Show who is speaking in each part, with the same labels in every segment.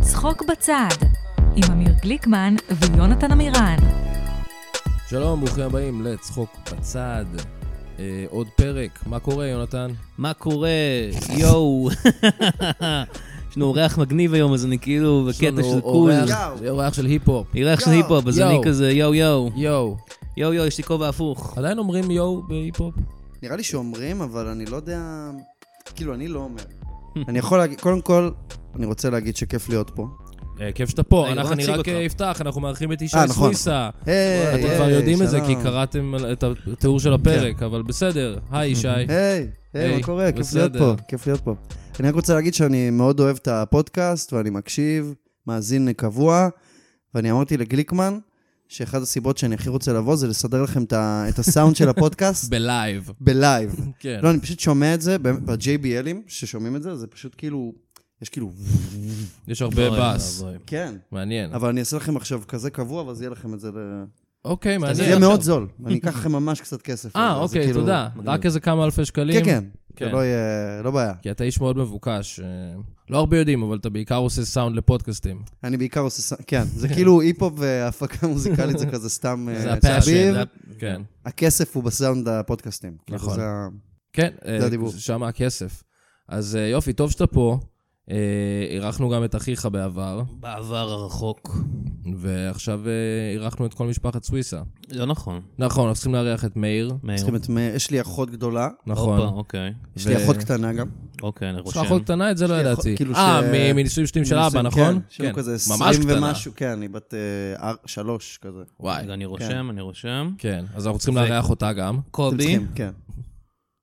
Speaker 1: צחוק בצד, עם אמיר גליקמן ויונתן עמירן.
Speaker 2: שלום, ברוכים הבאים לצחוק בצד. אה, עוד פרק, מה קורה, יונתן?
Speaker 3: מה קורה? יואו. יש לנו אורח מגניב היום, אז אני כאילו בקטע
Speaker 2: יש לנו
Speaker 3: של קול.
Speaker 2: אורח- אה, אורח של היפ-הופ.
Speaker 3: אורח של היפ-הופ, אז
Speaker 2: יואו.
Speaker 3: אני כזה יואו יואו.
Speaker 2: יואו,
Speaker 3: יואו יואו, יש לי כובע הפוך.
Speaker 2: עדיין אומרים יואו בהיפ-הופ?
Speaker 4: נראה לי שאומרים, אבל אני לא יודע... כאילו, אני לא אומר. אני יכול להגיד, קודם כל, אני רוצה להגיד שכיף להיות פה.
Speaker 2: אה, כיף שאתה פה,
Speaker 3: רגע, בוא
Speaker 2: אנחנו- אני
Speaker 3: נציג
Speaker 2: רק
Speaker 3: אותך.
Speaker 2: אה, אפתח, אנחנו מארחים את ישי
Speaker 4: אה, נכון.
Speaker 2: סוויסה.
Speaker 4: היי,
Speaker 2: אתם כבר
Speaker 4: היי,
Speaker 2: יודעים את זה, כי
Speaker 4: שלום. כן.
Speaker 2: קראתם על- את התיאור של הפרק, אבל בסדר. היי, ישי.
Speaker 4: היי, היי,
Speaker 2: היי,
Speaker 4: מה קורה? כיף
Speaker 2: בסדר.
Speaker 4: להיות פה, כיף להיות פה. אני רק רוצה להגיד שאני מאוד אוהב את הפודקאסט, ואני מקשיב, מאזין קבוע, ואני אמרתי לגליקמן, שאחת הסיבות שאני הכי רוצה לבוא זה לסדר לכם את ה- את הסאונד של הפודקאסט
Speaker 2: בלייב.
Speaker 4: בלייב.
Speaker 2: כן.
Speaker 4: לא, אני פשוט שומע את זה, באמת, ב-JBLים ששומעים את זה, זה פשוט כאילו, יש כאילו,
Speaker 2: יש הרבה
Speaker 3: אוי,
Speaker 2: באס.
Speaker 3: אוי, אוי.
Speaker 4: כן.
Speaker 2: מעניין.
Speaker 4: אבל אני אעשה לכם עכשיו כזה קבוע, ואז יהיה לכם את זה ל...
Speaker 2: אוקיי,
Speaker 4: אז
Speaker 2: מעניין.
Speaker 4: זה יהיה מאוד זול, אני אקח לכם ממש קצת כסף.
Speaker 2: אה,
Speaker 4: אז זה
Speaker 2: אוקיי,
Speaker 4: כאילו-
Speaker 2: תודה. רק איזה כמה אלפי שקלים.
Speaker 4: כן, כן, זה
Speaker 2: כן.
Speaker 4: לא יהיה, לא בעיה.
Speaker 2: כי אתה איש מאוד מבוקש. אה, לא הרבה יודעים, אבל אתה בעיקר עושה סאונד לפודקאסטים.
Speaker 4: אני בעיקר עושה, ס- כן, זה כאילו היפ-הופ והפקה מוזיקלית, זה כזה סתם אה,
Speaker 2: זה
Speaker 4: תחביב.
Speaker 2: הפאשן, זה הפ- כן.
Speaker 4: הכסף הוא בסאונד הפודקאסטים. כאילו,
Speaker 2: נכון.
Speaker 4: זה ה-
Speaker 2: כן, אה,
Speaker 4: הדיבור.
Speaker 2: שם הכסף. אז אה, יופי, טוב שאתה פה. אה, אירחנו גם את אחיך בעבר,
Speaker 3: בעבר הרחוק.
Speaker 2: ועכשיו אה, אירחנו את כל משפחת סוויסה.
Speaker 3: לא נכון.
Speaker 2: נכון, אנחנו צריכים לארח את מאיר,
Speaker 3: מאיר.
Speaker 4: צריכים את מ- יש לי אחות גדולה,
Speaker 2: נכון.
Speaker 3: הופה, אוקיי.
Speaker 4: יש לי
Speaker 2: ו-
Speaker 4: אחות קטנה גם.
Speaker 3: אוקיי, אני
Speaker 2: יש
Speaker 3: רושם.
Speaker 2: לך אחות קטנה? את זה לא
Speaker 4: יש לי
Speaker 2: ידעתי.
Speaker 4: אחות, כאילו
Speaker 2: אה,
Speaker 4: ש-
Speaker 2: מ- מנישואים שניים של אבא,
Speaker 4: כן,
Speaker 2: נכון?
Speaker 4: שהוא כזה
Speaker 2: ממש
Speaker 4: 20
Speaker 2: קטנה.
Speaker 4: ומשהו, כן, היא בת אה, אר- שלוש כזה.
Speaker 2: וואי.
Speaker 3: רגע, אני רושם, אני רושם.
Speaker 2: כן, אז אנחנו צריכים
Speaker 3: ו-
Speaker 2: לארח אותה גם.
Speaker 4: אתם
Speaker 3: קובי.
Speaker 4: צריכים, כן.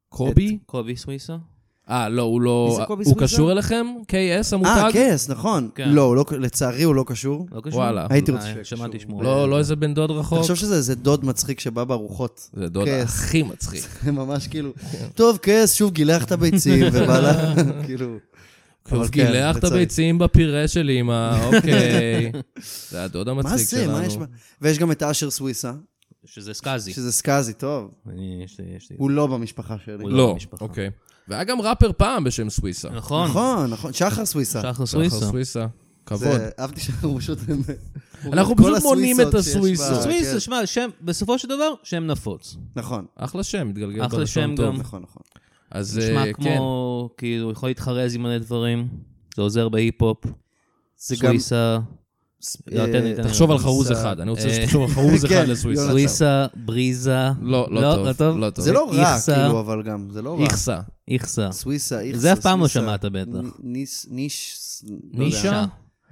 Speaker 2: קובי?
Speaker 3: קובי סוויסה?
Speaker 2: אה, לא, הוא לא...
Speaker 4: מי זה קובי
Speaker 2: הוא
Speaker 4: סוויסה?
Speaker 2: קשור אליכם? KS המותג?
Speaker 4: אה, כס, נכון.
Speaker 3: כן.
Speaker 4: לא, הוא לא ק- לצערי הוא לא קשור.
Speaker 3: לא קשור?
Speaker 2: וואלה.
Speaker 4: הייתי
Speaker 3: אה,
Speaker 4: רוצה שיהיה קשור.
Speaker 3: שמעתי שמועה.
Speaker 2: לא, לא איזה בן דוד רחוק.
Speaker 4: אני אה, חושב כן. שזה איזה דוד מצחיק שבא בארוחות.
Speaker 2: זה דוד
Speaker 4: כס.
Speaker 2: הכי מצחיק.
Speaker 4: זה ממש כאילו, טוב, כס, שוב גילח את הביצים, ובא לה, כאילו...
Speaker 2: הוא
Speaker 4: אבל כן,
Speaker 2: גילח את
Speaker 4: לצערי.
Speaker 2: הביצים בפירה של אמא, אוקיי. זה הדוד
Speaker 4: מה
Speaker 2: המצחיק
Speaker 4: זה?
Speaker 2: שלנו.
Speaker 4: מה יש? בה? ויש גם את אשר סוויסה,
Speaker 3: אה, שזה סקאזי.
Speaker 4: שזה סקאזי, טוב.
Speaker 3: אני- יש לי, יש לי.
Speaker 4: הוא לא במשפחה שלי.
Speaker 3: הוא לא
Speaker 2: לא,
Speaker 3: במשפחה.
Speaker 2: אוקיי. והיה גם ראפר פעם בשם סוויסה.
Speaker 3: נכון.
Speaker 4: נכון, נכון, שחר סוויסה.
Speaker 3: שחר נכון.
Speaker 2: שחר
Speaker 3: סוויסה.
Speaker 2: סוויסה.
Speaker 4: זה-
Speaker 2: כבוד.
Speaker 4: אהבתי שאנחנו פשוט...
Speaker 2: אנחנו
Speaker 4: כל
Speaker 2: פשוט מונים
Speaker 4: הסוויסות
Speaker 2: את
Speaker 4: שיש
Speaker 2: הסוויסות.
Speaker 4: בה, כן.
Speaker 3: סוויסה, שמע, שם, בסופו של דבר, שם נפוץ.
Speaker 4: נכון,
Speaker 2: אחלה שם, מתגלגל
Speaker 3: אחלה
Speaker 2: בלשון
Speaker 3: שם
Speaker 2: טוב.
Speaker 3: גם.
Speaker 4: נכון, נכון.
Speaker 2: אז אה,
Speaker 3: נשמע
Speaker 2: כן,
Speaker 3: כמו, כאילו, יכול להתחרז עם מלא דברים. זה עוזר בהיפ-הופ.
Speaker 4: זה גם... אה,
Speaker 3: סוויסה, לא, תן לי, תן לי.
Speaker 2: תחשוב על
Speaker 4: סוויסה.
Speaker 2: חרוז אחד. אני רוצה
Speaker 3: אה,
Speaker 2: שתחשוב על חרוז אחד
Speaker 4: כן,
Speaker 2: לסוויסה.
Speaker 4: יונתן.
Speaker 3: סוויסה, בריזה.
Speaker 2: לא, לא טוב. לא טוב.
Speaker 4: זה לא רע,
Speaker 3: איכסה.
Speaker 4: כאילו, אבל גם, זה לא רע.
Speaker 2: איכסה.
Speaker 3: איכסה.
Speaker 4: סוויסה, איכסה,
Speaker 3: זה אף פעם לא
Speaker 4: סוויסה.
Speaker 3: שמעת בטח.
Speaker 4: נ- ניס, ניש... לא יודע.
Speaker 2: נישה?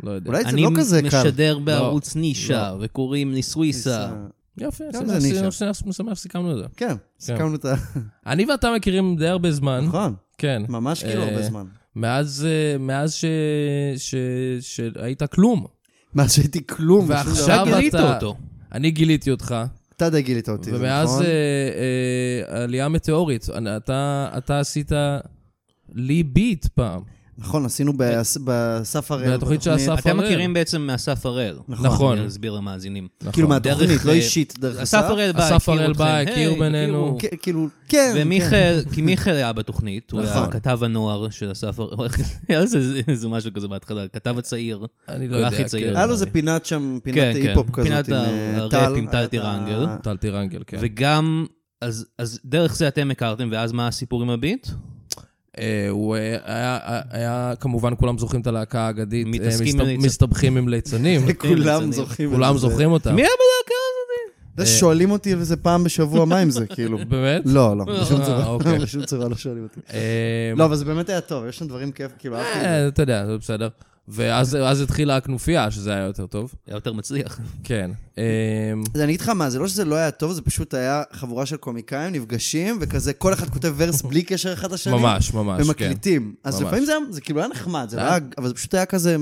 Speaker 2: לא יודע.
Speaker 4: אולי זה
Speaker 3: אני
Speaker 4: לא כזה קל.
Speaker 3: משדר בערוץ נישה, וקוראים לי סוויסה.
Speaker 2: יפה,
Speaker 4: גם
Speaker 2: שמח
Speaker 4: זה
Speaker 2: ש-
Speaker 4: נישה.
Speaker 2: שמח- שמח שסיכמנו את זה.
Speaker 4: כן, סיכמנו את ה...
Speaker 2: אני ואתה מכירים די הרבה זמן.
Speaker 4: נכון,
Speaker 2: כן.
Speaker 4: ממש כאילו
Speaker 2: אה,
Speaker 4: הרבה זמן.
Speaker 2: מאז, אה, מאז ש... ש... שהיית כלום.
Speaker 4: מאז שהייתי כלום. ושום דבר.
Speaker 2: ועכשיו
Speaker 3: אתה גילית
Speaker 2: אתה-
Speaker 3: אותו.
Speaker 2: אני גיליתי אותך,
Speaker 4: אתה די גילית אותי, זה
Speaker 2: ומאז
Speaker 4: נכון?
Speaker 2: אה, אה, עלייה מטאורית. אני- אתה, אתה עשית לי ביט פעם.
Speaker 4: נכון, עשינו באס- באסף הראל.
Speaker 2: בתוכנית של אסף
Speaker 3: אתם
Speaker 2: הראל.
Speaker 3: מכירים בעצם מאסף הראל.
Speaker 2: נכון.
Speaker 3: אני אסביר למאזינים.
Speaker 4: כאילו
Speaker 2: נכון.
Speaker 4: מהתוכנית,
Speaker 3: דרך,
Speaker 4: לא
Speaker 3: אה,
Speaker 4: אישית, דרך
Speaker 3: אסף הראל בא,
Speaker 2: אסף הראל
Speaker 3: הכיר
Speaker 2: בא,
Speaker 3: אתכם,
Speaker 2: הכיר
Speaker 3: היי,
Speaker 2: בינינו.
Speaker 3: הכירו.
Speaker 4: כן, כאילו, כן. כן.
Speaker 3: ומיכאל, כי מיכאל היה בתוכנית, הוא היה
Speaker 2: נכון.
Speaker 3: כתב הנוער של אסף הראל, היה לזה איזה משהו כזה בהתחלה, כתב הצעיר.
Speaker 2: אני לא
Speaker 3: הוא היה
Speaker 2: יודע,
Speaker 3: הכי צעיר.
Speaker 2: כן.
Speaker 4: היה לו איזה פינת שם,
Speaker 3: כן,
Speaker 4: פינת
Speaker 3: כן.
Speaker 4: היפ-הופ כזאת.
Speaker 3: פינת
Speaker 4: עם,
Speaker 3: ה-
Speaker 4: אה,
Speaker 3: הראפ
Speaker 4: טל,
Speaker 3: עם טל
Speaker 4: היה את
Speaker 3: טירנגל.
Speaker 4: ה-
Speaker 2: טל טירנגל, כן.
Speaker 3: וגם, אז אז דרך זה אתם הכרתם, ואז מה הסיפור עם הביט?
Speaker 4: לא.
Speaker 2: אה, הוא אה, היה, היה- היה, כמובן, כולם זוכרים את הלהקה האגדית. אה,
Speaker 3: מתעסקים עם
Speaker 2: מסתב-
Speaker 3: ליצנים.
Speaker 2: מסתבכים עם ליצנים.
Speaker 4: אה, כולם
Speaker 3: ליצנים.
Speaker 4: זוכרים. את
Speaker 2: כולם
Speaker 4: זה.
Speaker 2: זוכרים אותה.
Speaker 3: מי היה
Speaker 4: אתה יודע, שואלים אותי על זה פעם בשבוע, מה עם זה, כאילו?
Speaker 2: באמת?
Speaker 4: לא, לא, בשום
Speaker 2: אה,
Speaker 4: צורה,
Speaker 2: אוקיי.
Speaker 4: בשום צורה לא שואלים אותי.
Speaker 2: אה,
Speaker 4: לא, אבל זה באמת היה טוב, יש שם דברים כיף, כאילו, אהבתי את זה.
Speaker 2: אה, אתה יודע, זה בסדר. ואז אז התחילה הכנופיה, שזה היה יותר טוב.
Speaker 3: היה יותר מצליח.
Speaker 2: כן. אמ,
Speaker 4: אז אני אגיד לך מה, זה לא שזה לא היה טוב, זה פשוט היה חבורה של קומיקאים נפגשים, וכזה כל אחד כותב ורס בלי קשר אחד לשני.
Speaker 2: ממש, ממש, כן.
Speaker 4: ומקליטים. אז
Speaker 2: ממש.
Speaker 4: לפעמים זה היה- זה כאילו היה נחמד, זה לא
Speaker 2: אה?
Speaker 4: היה, אבל זה פשוט היה כזה...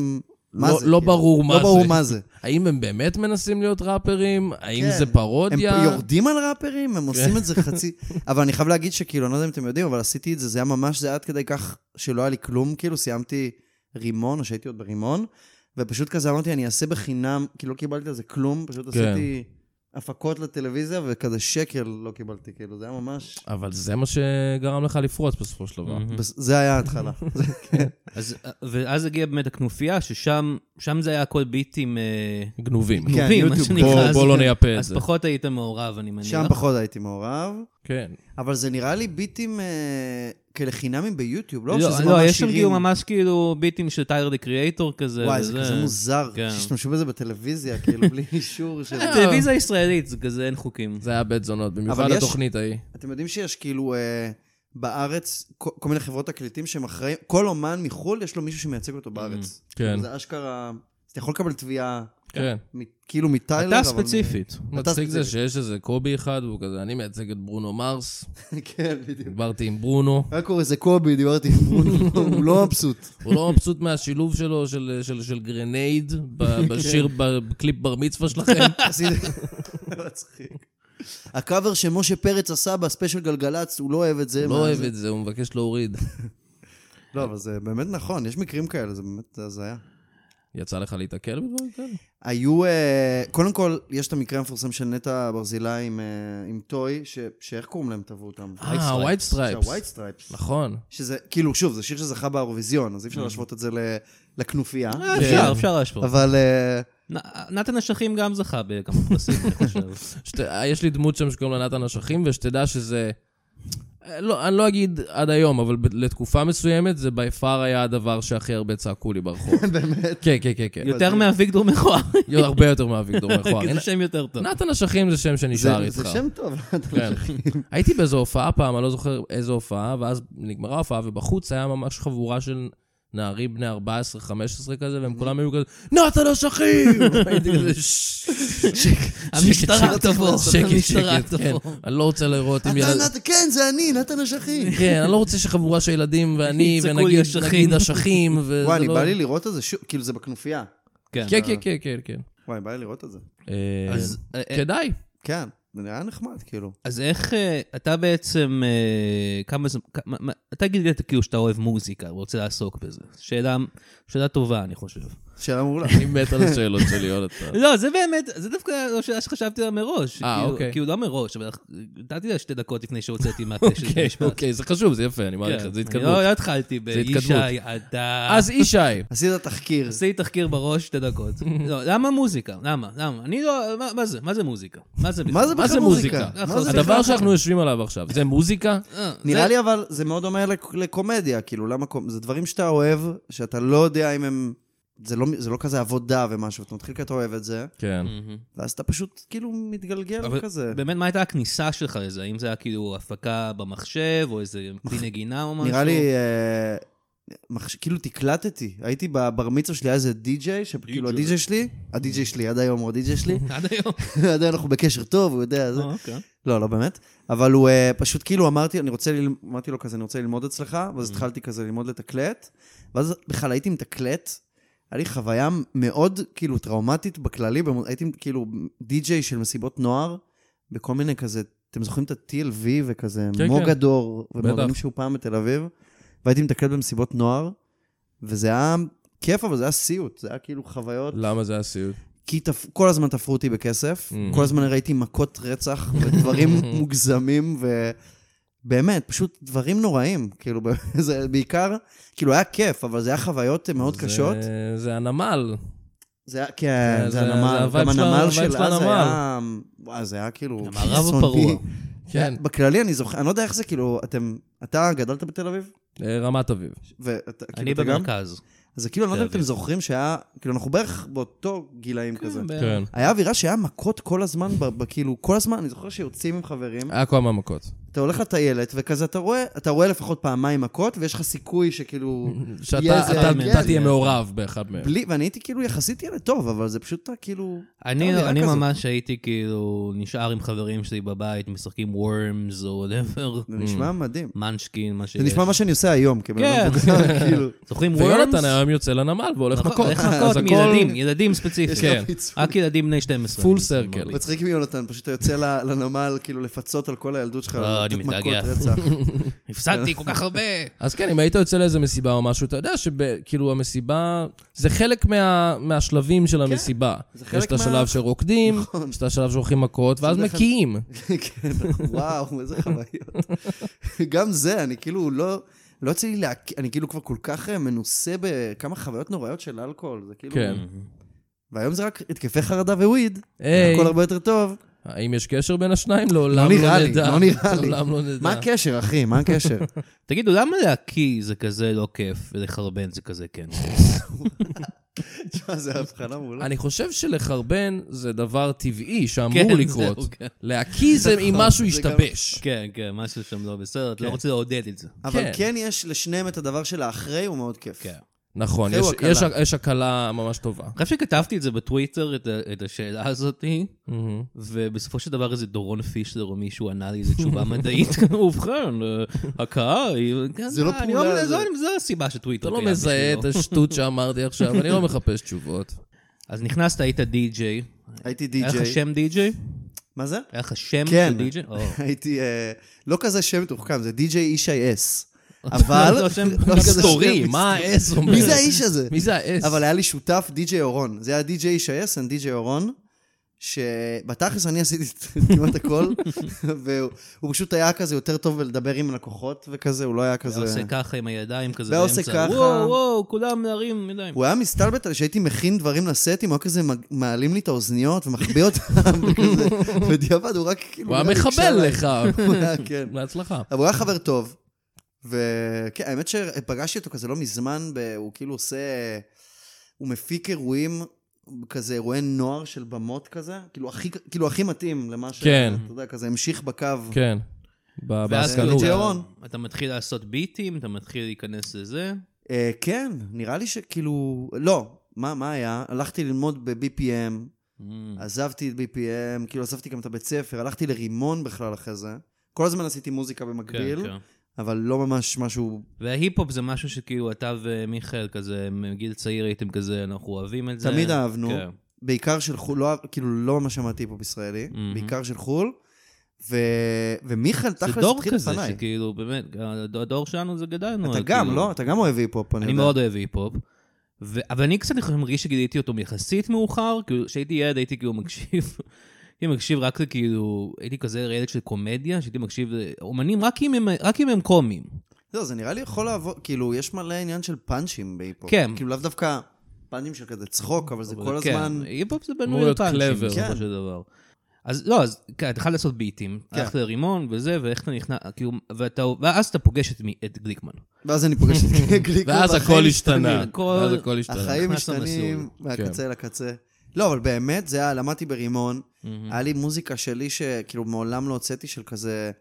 Speaker 4: מה
Speaker 2: לא-
Speaker 4: זה?
Speaker 2: לא
Speaker 4: כאילו?
Speaker 2: ברור מה
Speaker 4: לא ברור
Speaker 2: זה.
Speaker 4: מה זה.
Speaker 2: האם הם באמת מנסים להיות ראפרים? האם
Speaker 4: כן.
Speaker 2: זה
Speaker 4: הם
Speaker 2: פרודיה?
Speaker 4: פה יורדים על ראפרים, הם עושים את זה חצי... אבל אני חייב להגיד שכאילו, אני לא יודע אם אתם יודעים, אבל עשיתי את זה, זה היה ממש, זה היה עד כדי כך שלא היה לי כלום, כאילו, סיימתי רימון, או שהייתי עוד ברימון, ופשוט כזה אמרתי, אני אעשה בחינם, כי לא קיבלתי על זה כלום, פשוט
Speaker 2: כן.
Speaker 4: עשיתי הפקות לטלוויזיה, וכזה שקל לא קיבלתי, כאילו, זה היה ממש...
Speaker 2: אבל זה מה שגרם לך לפרוץ בסופו של דבר.
Speaker 3: Mhm.
Speaker 4: בס- זה כן. היה ההתחלה.
Speaker 3: אז, ואז הגיעה באמת הכנופיה, ששם שם זה היה הכל ביטים אה,
Speaker 2: גנובים.
Speaker 4: כן,
Speaker 3: גנובים, מה
Speaker 4: יוטיוב.
Speaker 3: שנקרא.
Speaker 2: בוא-
Speaker 3: אז-
Speaker 2: בוא לא נייפה את
Speaker 3: אז
Speaker 2: זה.
Speaker 3: פחות היית מעורב, אני מניח.
Speaker 4: שם פחות הייתי מעורב,
Speaker 2: כן.
Speaker 4: אבל זה נראה לי ביטים אה, כאלה חינמים ביוטיוב, לא?
Speaker 3: לא,
Speaker 4: שזה
Speaker 3: לא,
Speaker 4: ממש
Speaker 3: יש שם
Speaker 4: שירים.
Speaker 3: כאילו ממש כאילו ביטים של טייר דה קריאייטור כזה.
Speaker 4: וואי, זה
Speaker 3: וזה.
Speaker 4: כזה מוזר,
Speaker 3: כן. אה,
Speaker 4: שהשתמשו בזה בטלוויזיה, כאילו, בלי אישור של...
Speaker 3: טלוויזיה ישראלית, זה כזה אין חוקים.
Speaker 2: זה היה בית זונות, במיוחד
Speaker 4: יש-
Speaker 2: התוכנית ההיא.
Speaker 4: אתם יודעים שיש כאילו אה, בארץ כל, כל מיני חברות תקליטים שהם אחראים, כל אומן מחו"ל יש לו מישהו שמייצג אותו בארץ.
Speaker 2: כן.
Speaker 4: זה אשכרה, אז אתה יכול לקבל תביעה,
Speaker 2: כן.
Speaker 4: מ- כאילו מטיילר,
Speaker 3: אתה
Speaker 4: אבל מ-
Speaker 3: ספציפית.
Speaker 2: מצחיק זה
Speaker 4: ספציפית.
Speaker 2: שיש איזה קובי אחד, והוא כזה, אני מייצג את ברונו מרס,
Speaker 4: כן, בדיוק.
Speaker 2: דיברתי עם ברונו.
Speaker 4: היה קורא איזה קובי, דיברתי עם ברונו, הוא לא מבסוט.
Speaker 2: הוא לא מבסוט מהשילוב שלו, של, של, של גרנייד, ב-
Speaker 4: כן.
Speaker 2: בשיר, בקליפ בר מצווה שלכם.
Speaker 4: עשית- מצחיק. הקאבר שמשה פרץ עשה בספיישל גלגלצ, הוא לא אוהב את זה.
Speaker 2: הוא
Speaker 4: מה
Speaker 2: לא אוהב
Speaker 4: זה?
Speaker 2: את זה, הוא מבקש להוריד.
Speaker 4: לא, אבל זה באמת נכון, יש מקרים כאלה, זה באמת הזיה.
Speaker 2: יצא לך להתעכל בדברים כאלה?
Speaker 4: היו, אה, קודם כל, יש את המקרה המפורסם של נטע ברזילי עם, אה, עם טוי, ש- שאיך קוראים להם תבעו אותם?
Speaker 2: אה, הווייט סטרייפס.
Speaker 4: שהווייט סטרייפס.
Speaker 2: נכון. Mm.
Speaker 4: שזה, כאילו, שוב, זה שיר שזכה באירוויזיון, אז אי אפשר להשוות את זה ל- לכנופיה.
Speaker 3: אה, אפשר, אפשר להשוות.
Speaker 4: אבל אה,
Speaker 3: נ- נתן אשכים גם זכה בכמה פרסים, אני חושב.
Speaker 2: שת, אה, יש לי דמות שם שקוראים לה נתן אשכים, ושתדע שזה... אה, לא, אני לא אגיד עד היום, אבל ב- לתקופה מסוימת זה בי פאר היה הדבר שהכי הרבה צעקו לי ברחוב.
Speaker 4: באמת,
Speaker 2: כן, כן, כן, כן.
Speaker 3: יותר מאביגדור מכוער.
Speaker 2: יו- הרבה יותר מאביגדור מכוער.
Speaker 3: כי זה שם יותר טוב.
Speaker 2: נתן אשכים זה שם
Speaker 4: זה-
Speaker 2: שנשאר איתך.
Speaker 4: זה שם טוב. אתה
Speaker 2: כן.
Speaker 4: ממשיך.
Speaker 2: הייתי באיזו הופעה פעם, אני לא זוכר איזו הופעה, ואז נגמרה ההופעה, ובחוץ היה ממש חבורה של נערים בני 14-15 כזה, והם כולם היו כזה, נתן אשכים! הייתי כזה, "ששש,
Speaker 3: המשטרה תבוא,
Speaker 2: שקט,
Speaker 3: המשטרה
Speaker 2: שקט, כן.
Speaker 3: תבוא.
Speaker 2: אני לא רוצה לראות אם
Speaker 4: אתה,
Speaker 2: ילד...
Speaker 4: נתן- כן, זה אני, נתן אשכים.
Speaker 2: כן, אני לא רוצה שחבורה של ילדים ואני,
Speaker 3: יצעקו לי
Speaker 2: ונגיד
Speaker 3: אשכים.
Speaker 2: נגיד אשכים, וזה
Speaker 4: וואי, אני
Speaker 2: לא-
Speaker 4: בא לי לראות את זה שוב, כאילו, זה בכנופיה.
Speaker 3: כן.
Speaker 2: כן, כן, כן, כן, כן.
Speaker 4: וואי, בא לי לראות את זה.
Speaker 2: אה,
Speaker 3: אז, אה, אה,
Speaker 2: כדאי.
Speaker 4: כן, זה נראה נחמד, כאילו.
Speaker 3: אז איך אה, אתה בעצם, אה, כמה זמן, כמה- מה- אתה גילדת כאילו שאתה אוהב מוזיקה ורוצה לעסוק בזה. שאלה שאלה טובה, אני חושב.
Speaker 4: שאלה מעולה.
Speaker 2: אני מת על השאלות שלי, יונתן.
Speaker 3: לא, זה באמת, זה דווקא לא שאלה שחשבתי עליה מראש.
Speaker 2: אה,
Speaker 3: כאילו-
Speaker 2: אוקיי.
Speaker 3: כאילו, לא מראש, אבל נתתי לה שתי דקות לפני שהוצאתי מהפה של
Speaker 2: אוקיי,
Speaker 3: המשפט.
Speaker 2: אוקיי, זה חשוב, זה יפה, אני מעריך
Speaker 3: כן.
Speaker 2: את זה,
Speaker 3: אני אה.
Speaker 2: התקדמות.
Speaker 3: לא לא התחלתי בישי,
Speaker 2: התקדמות.
Speaker 3: אתה...
Speaker 2: אז ישי,
Speaker 4: עשית תחקיר.
Speaker 3: עשי תחקיר בראש שתי דקות. לא, למה מוזיקה? למה? למה? אני לא... מה- מה זה? מה זה מוזיקה? מה זה
Speaker 4: מה זה
Speaker 2: מה זה
Speaker 4: בכלל מוזיקה?
Speaker 2: מוזיקה?
Speaker 4: מה זה
Speaker 2: נכון. הדבר
Speaker 4: בכלל?
Speaker 2: שאנחנו יושבים עליו עכשיו, זה מוזיקה?
Speaker 3: אה,
Speaker 4: נראה
Speaker 3: זה-
Speaker 4: לי אבל זה מאוד דומה לק- לקומדיה, כאילו, למה קומ... זה דברים שאתה אוהב, שאתה לא יודע אם הם... זה לא, זה לא כזה עבודה ומשהו, אתה מתחיל כי אתה אוהב את זה,
Speaker 2: כן.
Speaker 4: ואז אתה פשוט כאילו מתגלגל
Speaker 3: אבל
Speaker 4: כזה.
Speaker 3: באמת, מה הייתה הכניסה שלך לזה? האם זה היה כאילו הפקה במחשב, או איזה כלי נגינה או משהו?
Speaker 4: נראה לי... אה, מחש... כאילו תקלטתי, הייתי בבר מצווה שלי, היה איזה די-ג'יי, שכאילו
Speaker 3: די-ג'יי.
Speaker 4: הדי-ג'יי שלי, הדי-ג'יי שלי, עד היום הוא הדי-ג'יי שלי,
Speaker 3: עד היום.
Speaker 4: עדיין אנחנו בקשר טוב, הוא יודע, זה.
Speaker 3: אה, אוקיי.
Speaker 4: לא, לא באמת. אבל הוא אה, פשוט כאילו אמרתי, אני רוצה, ללמ- אמרתי לו כזה, אני רוצה ללמוד אצלך,
Speaker 2: Mm-hmm.
Speaker 4: ואז התחלתי כזה ללמוד לתקלט, ואז בכלל הייתי מתקלט, היה לי חוויה מאוד כאילו טראומטית בכללי, במו- הייתי כאילו די-ג'יי של מסיבות נוער, בכל מיני כזה, אתם זוכרים את ה-TLV וכזה,
Speaker 2: כן,
Speaker 4: מוגדור,
Speaker 2: בטח.
Speaker 4: ומועדונים שהיו פעם בתל אביב, והייתי מתקלט במסיבות נוער, וזה היה כיף, אבל זה היה סיוט, זה היה כאילו חוויות...
Speaker 2: למה זה הסיוט?
Speaker 4: כי תפ... כל הזמן תפרו אותי בכסף,
Speaker 2: Mm.
Speaker 4: כל הזמן ראיתי מכות רצח ודברים מוגזמים, ובאמת, פשוט דברים נוראים. כאילו, זה בעיקר, כאילו, היה כיף, אבל זה היה חוויות מאוד
Speaker 2: זה-
Speaker 4: קשות.
Speaker 2: זה הנמל.
Speaker 4: זה היה, כן,
Speaker 2: זה-
Speaker 4: זה
Speaker 2: זה- זה
Speaker 4: הנמל.
Speaker 2: הווייב
Speaker 4: גם
Speaker 2: של ה-
Speaker 4: הנמל
Speaker 2: הווייב
Speaker 4: של
Speaker 2: של
Speaker 4: אז
Speaker 2: הנמל.
Speaker 4: היה... וואי, זה היה כאילו...
Speaker 3: המערב
Speaker 4: קיצוני.
Speaker 3: הפרוע.
Speaker 2: כן.
Speaker 4: בכללי, אני זוכר, אני לא יודע איך זה, כאילו, אתם... אתה גדלת בתל אביב?
Speaker 2: אה, רמת אביב.
Speaker 4: ואתה, כאילו,
Speaker 3: אני
Speaker 4: אתה גם?
Speaker 3: במרכז.
Speaker 4: אז זה כאילו, אני לא יודע אם
Speaker 3: תל
Speaker 4: אתם זוכרים שהיה... כאילו, אנחנו בערך באותו גילאים כזה.
Speaker 2: כן.
Speaker 4: היה אווירה שהיה מכות כל הזמן, ב, ב, כאילו, כל הזמן, אני זוכר שיוצאים עם חברים,
Speaker 2: היה כל הזמן מכות.
Speaker 4: אתה הולך לטיילת, וכזה אתה רואה, אתה רואה לפחות פעמיים מכות, ויש לך סיכוי שכאילו...
Speaker 2: שאתה
Speaker 4: יהיה איזה-
Speaker 2: אתה-
Speaker 4: כן,
Speaker 2: אתה תהיה מעורב באחד מהם.
Speaker 4: בלי, ואני הייתי כאילו יחסית ילד טוב, אבל זה פשוט אתה כאילו...
Speaker 3: אני,
Speaker 4: לא, נראה
Speaker 3: אני
Speaker 4: כזאת.
Speaker 3: ממש הייתי כאילו נשאר עם חברים שלי בבית, משחקים וורמס או וואטאבר,
Speaker 4: זה נשמע מדהים.
Speaker 3: מאנשקין, מה Mm. שיש.
Speaker 4: זה נשמע מה שאני עושה היום, כבן
Speaker 3: כן.
Speaker 4: אדם מבוגר, כאילו.
Speaker 3: זוכרים וורמס?
Speaker 2: ויונתן היום יוצא לנמל והולך נכון, מכות.
Speaker 3: איך
Speaker 2: אז
Speaker 3: מכות
Speaker 2: הכל-
Speaker 3: נכון, מילדים, ילדים ספציפית.
Speaker 2: כן.
Speaker 4: יש לו פיצוי.
Speaker 3: רק ילדים בני 12.
Speaker 2: Full
Speaker 3: אני
Speaker 2: circle.
Speaker 3: מעריך.
Speaker 4: מצחיק מיונתן, פשוט אתה יוצא ל- לנמל, כאילו לפצות על כל הילדות שלך.
Speaker 3: לא, אני
Speaker 4: לתת
Speaker 3: מתגעגע.
Speaker 4: מכות רצח.
Speaker 3: הפסדתי כל כך הרבה.
Speaker 2: אז כן, אם היית יוצא לאיזה מסיבה או משהו, אתה יודע שכאילו המסיבה, זה חלק מה, מהשלבים של המסיבה.
Speaker 4: כן. חלק
Speaker 2: יש את
Speaker 4: מה- נכון.
Speaker 2: השלב שרוקדים, יש את השלב שהולכים מכות, ואז
Speaker 4: שזה אחד-
Speaker 2: מקיאים.
Speaker 4: כן, וואו, איזה חוויות. גם זה, אני כאילו לא... לא יוצא לי להק... אני כאילו כבר כל כך אה, מנוסה בכמה חוויות נוראיות של אלכוהול, זה כאילו...
Speaker 2: כן.
Speaker 4: והיום זה רק התקפי חרדה ווויד,
Speaker 2: היי,
Speaker 4: הכל הרבה יותר טוב.
Speaker 2: האם יש קשר בין השניים? לעולם
Speaker 4: לא
Speaker 2: לא
Speaker 4: נראה לי,
Speaker 2: נדע.
Speaker 4: לא נראה לי.
Speaker 2: לעולם לא נדע.
Speaker 4: מה הקשר, אחי? מה הקשר?
Speaker 3: תגידו, למה להקיא זה כזה לא כיף, ולחרבן זה כזה כן?
Speaker 4: תשמע, זו הבחנה מעולה.
Speaker 2: אני חושב שלחרבן זה דבר טבעי שאמור
Speaker 3: כן,
Speaker 2: לקרות.
Speaker 3: זהו, כן.
Speaker 2: להקיא זה אם משהו
Speaker 4: נכון, זה גם-
Speaker 2: השתבש.
Speaker 3: כן, כן, משהו שם לא בסדר, אתה לא
Speaker 2: כן.
Speaker 3: רוצה לעודד את זה.
Speaker 4: אבל
Speaker 2: כן.
Speaker 4: כן יש לשניהם את הדבר של האחרי, הוא מאוד כיף.
Speaker 3: כן.
Speaker 2: נכון,
Speaker 4: זהו
Speaker 2: יש-
Speaker 4: הקלה.
Speaker 2: יש- יש הקלה ממש טובה.
Speaker 3: אני חושב שכתבתי את זה בטוויטר, את ה- את השאלה הזאתי, ובסופו של דבר איזה דורון פישלר או מישהו ענה לי איזו תשובה מדעית, ובכן, אה, הקהל, היא- כן, אה,
Speaker 4: זה לא
Speaker 3: אני
Speaker 4: פעולה,
Speaker 3: אומר,
Speaker 4: זה-
Speaker 3: זו זו הסיבה שטוויטר
Speaker 2: אתה
Speaker 3: קיים.
Speaker 2: לא מזהה את
Speaker 3: בשבילו.
Speaker 2: השטות שאמרתי עכשיו, אני לא מחפש תשובות.
Speaker 3: אז נכנסת, היית די-ג'יי.
Speaker 4: הייתי
Speaker 3: היה לך
Speaker 4: די-ג'יי.
Speaker 3: שם די-ג'יי?
Speaker 4: מה זה?
Speaker 3: היה לך שם
Speaker 4: כן.
Speaker 3: של די-ג'יי? או.
Speaker 4: הייתי, אה, לא כזה שם מתוחכם, זה די-ג'יי ישי אס. אבל...
Speaker 3: לא שם
Speaker 4: לא כזה
Speaker 2: סטורי,
Speaker 4: שם מסתורי.
Speaker 2: מה האס אומר?
Speaker 4: מי זה האיש הזה?
Speaker 2: מי זה האס?
Speaker 4: אבל היה לי שותף די.ג'יי אורון. זה היה די.ג'יי ישי אס, אני די.ג'יי אורון, שבתכלס אני עשיתי כמעט הכל, והוא הוא פשוט היה כזה יותר טוב בלדבר עם לקוחות וכזה, הוא לא היה
Speaker 3: היה
Speaker 4: כזה...
Speaker 3: עושה ככה עם הידיים כזה
Speaker 4: והיה
Speaker 3: באמצע.
Speaker 4: עושה ככה.
Speaker 3: וואו, וואו, כולם נרים ידיים.
Speaker 4: הוא היה מסתלבט על שהייתי מכין דברים לסטים, הוא היה כזה מג- מעלים לי את האוזניות ומחביא אותם, וכזה, בדיעבד הוא רק כאילו...
Speaker 2: הוא היה
Speaker 4: הקשה
Speaker 2: מחבל
Speaker 4: עליי.
Speaker 2: לך.
Speaker 4: הוא היה, כן.
Speaker 2: בהצלחה.
Speaker 4: אבל הוא היה חבר טוב, וכן, האמת שפגשתי אותו כזה לא מזמן, ב... הוא כאילו עושה... הוא מפיק אירועים, כזה אירועי נוער של במות כזה, כאילו הכי, כאילו הכי מתאים למה ש...
Speaker 2: כן.
Speaker 4: אתה יודע, כזה המשיך בקו.
Speaker 2: כן. ב-
Speaker 3: ואז
Speaker 4: בהשכלות.
Speaker 2: בעסקנות.
Speaker 3: אתה-
Speaker 4: ג'רון.
Speaker 3: אתה מתחיל לעשות ביטים, אתה מתחיל להיכנס לזה.
Speaker 4: אה, כן, נראה לי שכאילו... לא, מה, מה היה? הלכתי ללמוד ב-BPM,
Speaker 3: Mm.
Speaker 4: עזבתי את BPM, כאילו עזבתי גם את הבית ספר, הלכתי לרימון בכלל אחרי זה. כל הזמן עשיתי מוזיקה
Speaker 3: כן,
Speaker 4: במקביל,
Speaker 3: כן.
Speaker 4: אבל לא ממש משהו...
Speaker 3: וההיפ-הופ זה משהו שכאילו אתה ומיכאל כזה, מגיל צעיר הייתם כזה, אנחנו אוהבים את זה.
Speaker 4: תמיד אהבנו.
Speaker 3: כן.
Speaker 4: בעיקר של חו"ל, לא, כאילו לא ממש שמעתי היפ-הופ ישראלי,
Speaker 3: מהמם.
Speaker 4: בעיקר של חו"ל, ו... ומיכאל
Speaker 3: זה
Speaker 4: תכלס
Speaker 3: דור
Speaker 4: התחיל
Speaker 3: כזה,
Speaker 4: לפניי.
Speaker 3: שכאילו, באמת, הדור שלנו זה גדלנו.
Speaker 4: אתה
Speaker 3: על
Speaker 4: גם,
Speaker 3: כאילו-
Speaker 4: לא? אתה גם אוהב היפ-הופ, אני
Speaker 3: אני
Speaker 4: יודע.
Speaker 3: מאוד אוהב היפ-הופ. ו- אבל אני קצת מרגיש שגיליתי אותו יחסית מאוחר, כאילו כשהייתי ילד הייתי כאילו מקשיב, הייתי מקשיב רק לכאילו, הייתי כזה ילד של קומדיה, שהייתי מקשיב לאומנים רק אם הם, רק אם הם קומיים.
Speaker 4: לא, זה נראה לי יכול לעבוד, כאילו, יש מלא עניין של פאנצ'ים בהיפ-הופ.
Speaker 3: כן.
Speaker 4: כאילו, לאו דווקא פאנצ'ים של כזה צחוק, אבל זה כל
Speaker 3: כן,
Speaker 4: הזמן...
Speaker 3: היפ-הופ זה
Speaker 2: אמור
Speaker 3: בנוי
Speaker 2: להיות
Speaker 3: לפאנצ'ים,
Speaker 2: clever.
Speaker 3: בסופו
Speaker 4: כן.
Speaker 3: של דבר. אז לא, אז כן, אתה חייב לעשות ביטים,
Speaker 4: כן.
Speaker 3: הלכת לרימון וזה, ואיך אתה נכנס, כאילו, ואתה, ואז אתה פוגש את, מי- את גליקמן.
Speaker 4: ואז אני פוגש את גליקו.
Speaker 2: ואז
Speaker 4: והחיים
Speaker 2: הכל השתנה.
Speaker 3: הכל-
Speaker 2: ואז הכל השתנה.
Speaker 4: החיים
Speaker 3: נכנס
Speaker 4: משתנים
Speaker 2: כן.
Speaker 4: מהקצה לקצה. לא, אבל באמת, זה היה, למדתי ברימון, היה לי מוזיקה שלי שכאילו מעולם לא הוצאתי, של כזה...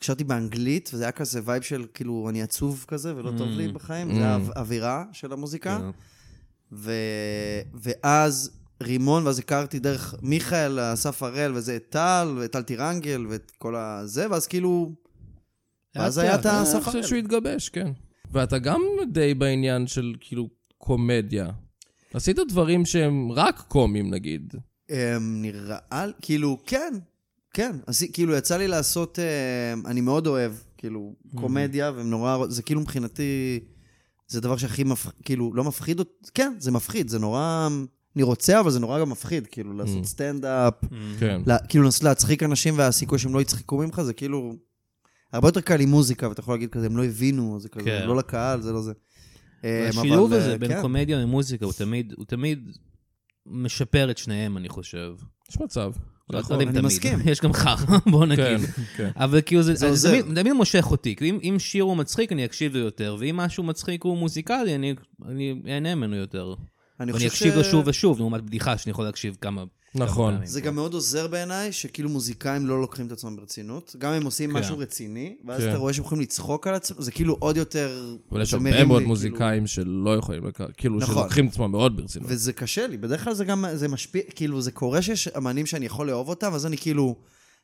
Speaker 4: שרתי באנגלית, וזה היה כזה וייב של כאילו, אני עצוב כזה, ולא טוב לי
Speaker 3: Mm.
Speaker 4: בחיים,
Speaker 2: Mm.
Speaker 4: זה האו- האווירה של המוזיקה.
Speaker 3: כן.
Speaker 4: ו... ואז רימון, ואז הכרתי דרך מיכאל, אסף הראל, וזה את טל, ואת טל טירנגל, ואת כל הזה, ואז כאילו... ואז היה את
Speaker 2: אני
Speaker 4: האסף
Speaker 2: חושב
Speaker 4: הראל.
Speaker 2: שהוא התגבש, כן. ואתה גם די בעניין של כאילו קומדיה. עשית דברים שהם רק קומיים נגיד.
Speaker 4: אמ, נראה, לי- כאילו, כן, כן. אז כאילו, יצא לי לעשות, אמ, אני מאוד אוהב, כאילו, קומדיה, והם נורא, זה כאילו מבחינתי, זה הדבר שהכי מפחיד, כאילו, לא מפחיד, אות- כן, זה מפחיד, זה נורא, אני רוצה, אבל זה נורא גם מפחיד, כאילו, לעשות סטנדאפ,
Speaker 2: כן.
Speaker 4: לה- כאילו, לנסות להצחיק אנשים, והסיכוי שהם לא יצחקו ממך, זה כאילו, הרבה יותר קל עם מוזיקה, ואתה יכול להגיד כזה, הם לא הבינו, זה כזה,
Speaker 3: כן.
Speaker 4: לא לקהל, זה לא זה. אמ, אבל,
Speaker 3: השילוב
Speaker 4: אה,
Speaker 3: הזה בין
Speaker 4: כן.
Speaker 3: קומדיה למוזיקה הוא תמיד, הוא תמיד משפר את שניהם, אני חושב.
Speaker 2: יש מצב.
Speaker 3: לא
Speaker 2: נכון.
Speaker 3: יודע אם
Speaker 4: אני
Speaker 3: תמיד.
Speaker 4: מסכים.
Speaker 3: יש גם חרא, בוא
Speaker 2: כן,
Speaker 3: נגיד.
Speaker 2: כן.
Speaker 3: אבל כאילו זה,
Speaker 4: זה
Speaker 3: זה,
Speaker 4: עוזר.
Speaker 3: זה תמיד, תמיד מושך אותי, כאילו אם, אם שיר הוא מצחיק אני אקשיב לו יותר, ואם משהו מצחיק הוא מוזיקלי אני, אני אהנה ממנו יותר. ואני
Speaker 4: אני חושב
Speaker 3: אקשיב
Speaker 4: ש-
Speaker 3: לו שוב ושוב, לעומת בדיחה שאני יכול להקשיב כמה... כמה
Speaker 2: נכון.
Speaker 3: פעמים.
Speaker 4: זה גם מאוד עוזר בעיניי, שכאילו מוזיקאים לא לוקחים את עצמם ברצינות. גם הם עושים
Speaker 3: כן.
Speaker 4: משהו רציני, ואז
Speaker 2: כן.
Speaker 4: אתה רואה שהם יכולים לצחוק על עצמם, זה כאילו עוד יותר... כאילו,
Speaker 2: אבל יש
Speaker 4: זה
Speaker 2: הרבה
Speaker 4: מרים
Speaker 2: מאוד
Speaker 4: לי,
Speaker 2: מוזיקאים שלא יכולים, לק- כאילו,
Speaker 4: נכון.
Speaker 2: שלוקחים את עצמם מאוד
Speaker 4: כאילו,
Speaker 2: ברצינות.
Speaker 4: וזה קשה לי, בדרך כלל זה גם, זה משפיע, כאילו, זה קורה שיש אמנים שאני יכול לאהוב אותם, אז אני כאילו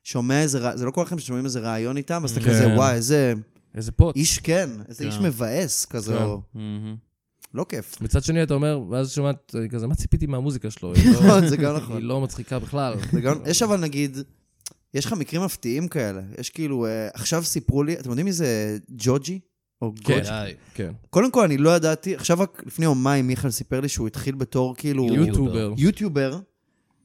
Speaker 4: שומע איזה, רע- זה לא קורה לכם ששומעים איזה רעיון איתם, אז אתה
Speaker 2: כן.
Speaker 4: כזה, וואי, איזה
Speaker 2: איזה פוט.
Speaker 4: איש כן, איזה
Speaker 3: כן.
Speaker 4: איש מבאס, כזה,
Speaker 2: כן.
Speaker 4: או-
Speaker 3: מהמם.
Speaker 4: לא כיף.
Speaker 2: מצד שני, אתה אומר, ואז שומעת, אה, כזה, מה ציפיתי מהמוזיקה שלו? היא לא-
Speaker 4: נכון, זה גם נכון.
Speaker 2: היא לא מצחיקה בכלל.
Speaker 4: זה גם- יש אבל נגיד, יש לך מקרים מפתיעים כאלה. יש כאילו, אה, עכשיו סיפרו לי, אתם יודעים מי זה ג'וג'י? או
Speaker 2: כן,
Speaker 4: גוג'י?
Speaker 2: כן.
Speaker 4: קודם כל, אני לא ידעתי, עכשיו רק לפני יומיים מיכאל סיפר לי שהוא התחיל בתור כאילו...
Speaker 2: יוטיובר.
Speaker 4: יוטיובר,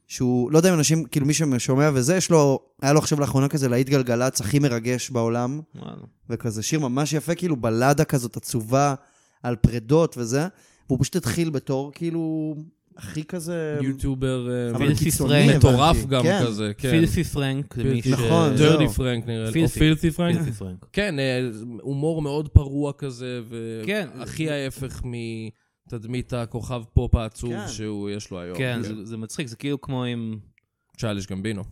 Speaker 4: שהוא, לא יודע אם אנשים, כאילו מי ששומע וזה, יש לו, היה לו עכשיו לאחרונה כזה להיט גלגלצ הכי מרגש בעולם,
Speaker 3: וואלה.
Speaker 4: וכזה שיר ממש יפה, כאילו בלדה כזאת עצובה על פרדות וזה, והוא פשוט התחיל בתור כאילו הכי כזה...
Speaker 2: יוטיובר אה,
Speaker 4: אבל
Speaker 3: פילפי
Speaker 4: קיצוני,
Speaker 3: פרנק.
Speaker 2: מטורף
Speaker 4: הבנתי.
Speaker 2: גם
Speaker 4: כן.
Speaker 2: כזה, כן.
Speaker 3: פילפי פרנק זה מי ש...
Speaker 4: נכון, זה-
Speaker 2: דירדי
Speaker 4: זהו.
Speaker 2: פרנק נראה לי, או
Speaker 3: פילפי.
Speaker 2: פילפי פרנק.
Speaker 3: פילפי פרנק.
Speaker 2: כן, אה, הומור מאוד פרוע כזה,
Speaker 3: כן.
Speaker 2: והכי ההפך מתדמית הכוכב פופ העצוב
Speaker 4: כן.
Speaker 2: שהוא יש לו היום.
Speaker 4: אוקיי.
Speaker 3: כן, זה- זה מצחיק, זה כאילו כמו עם...
Speaker 2: צ'אלש גמבינו.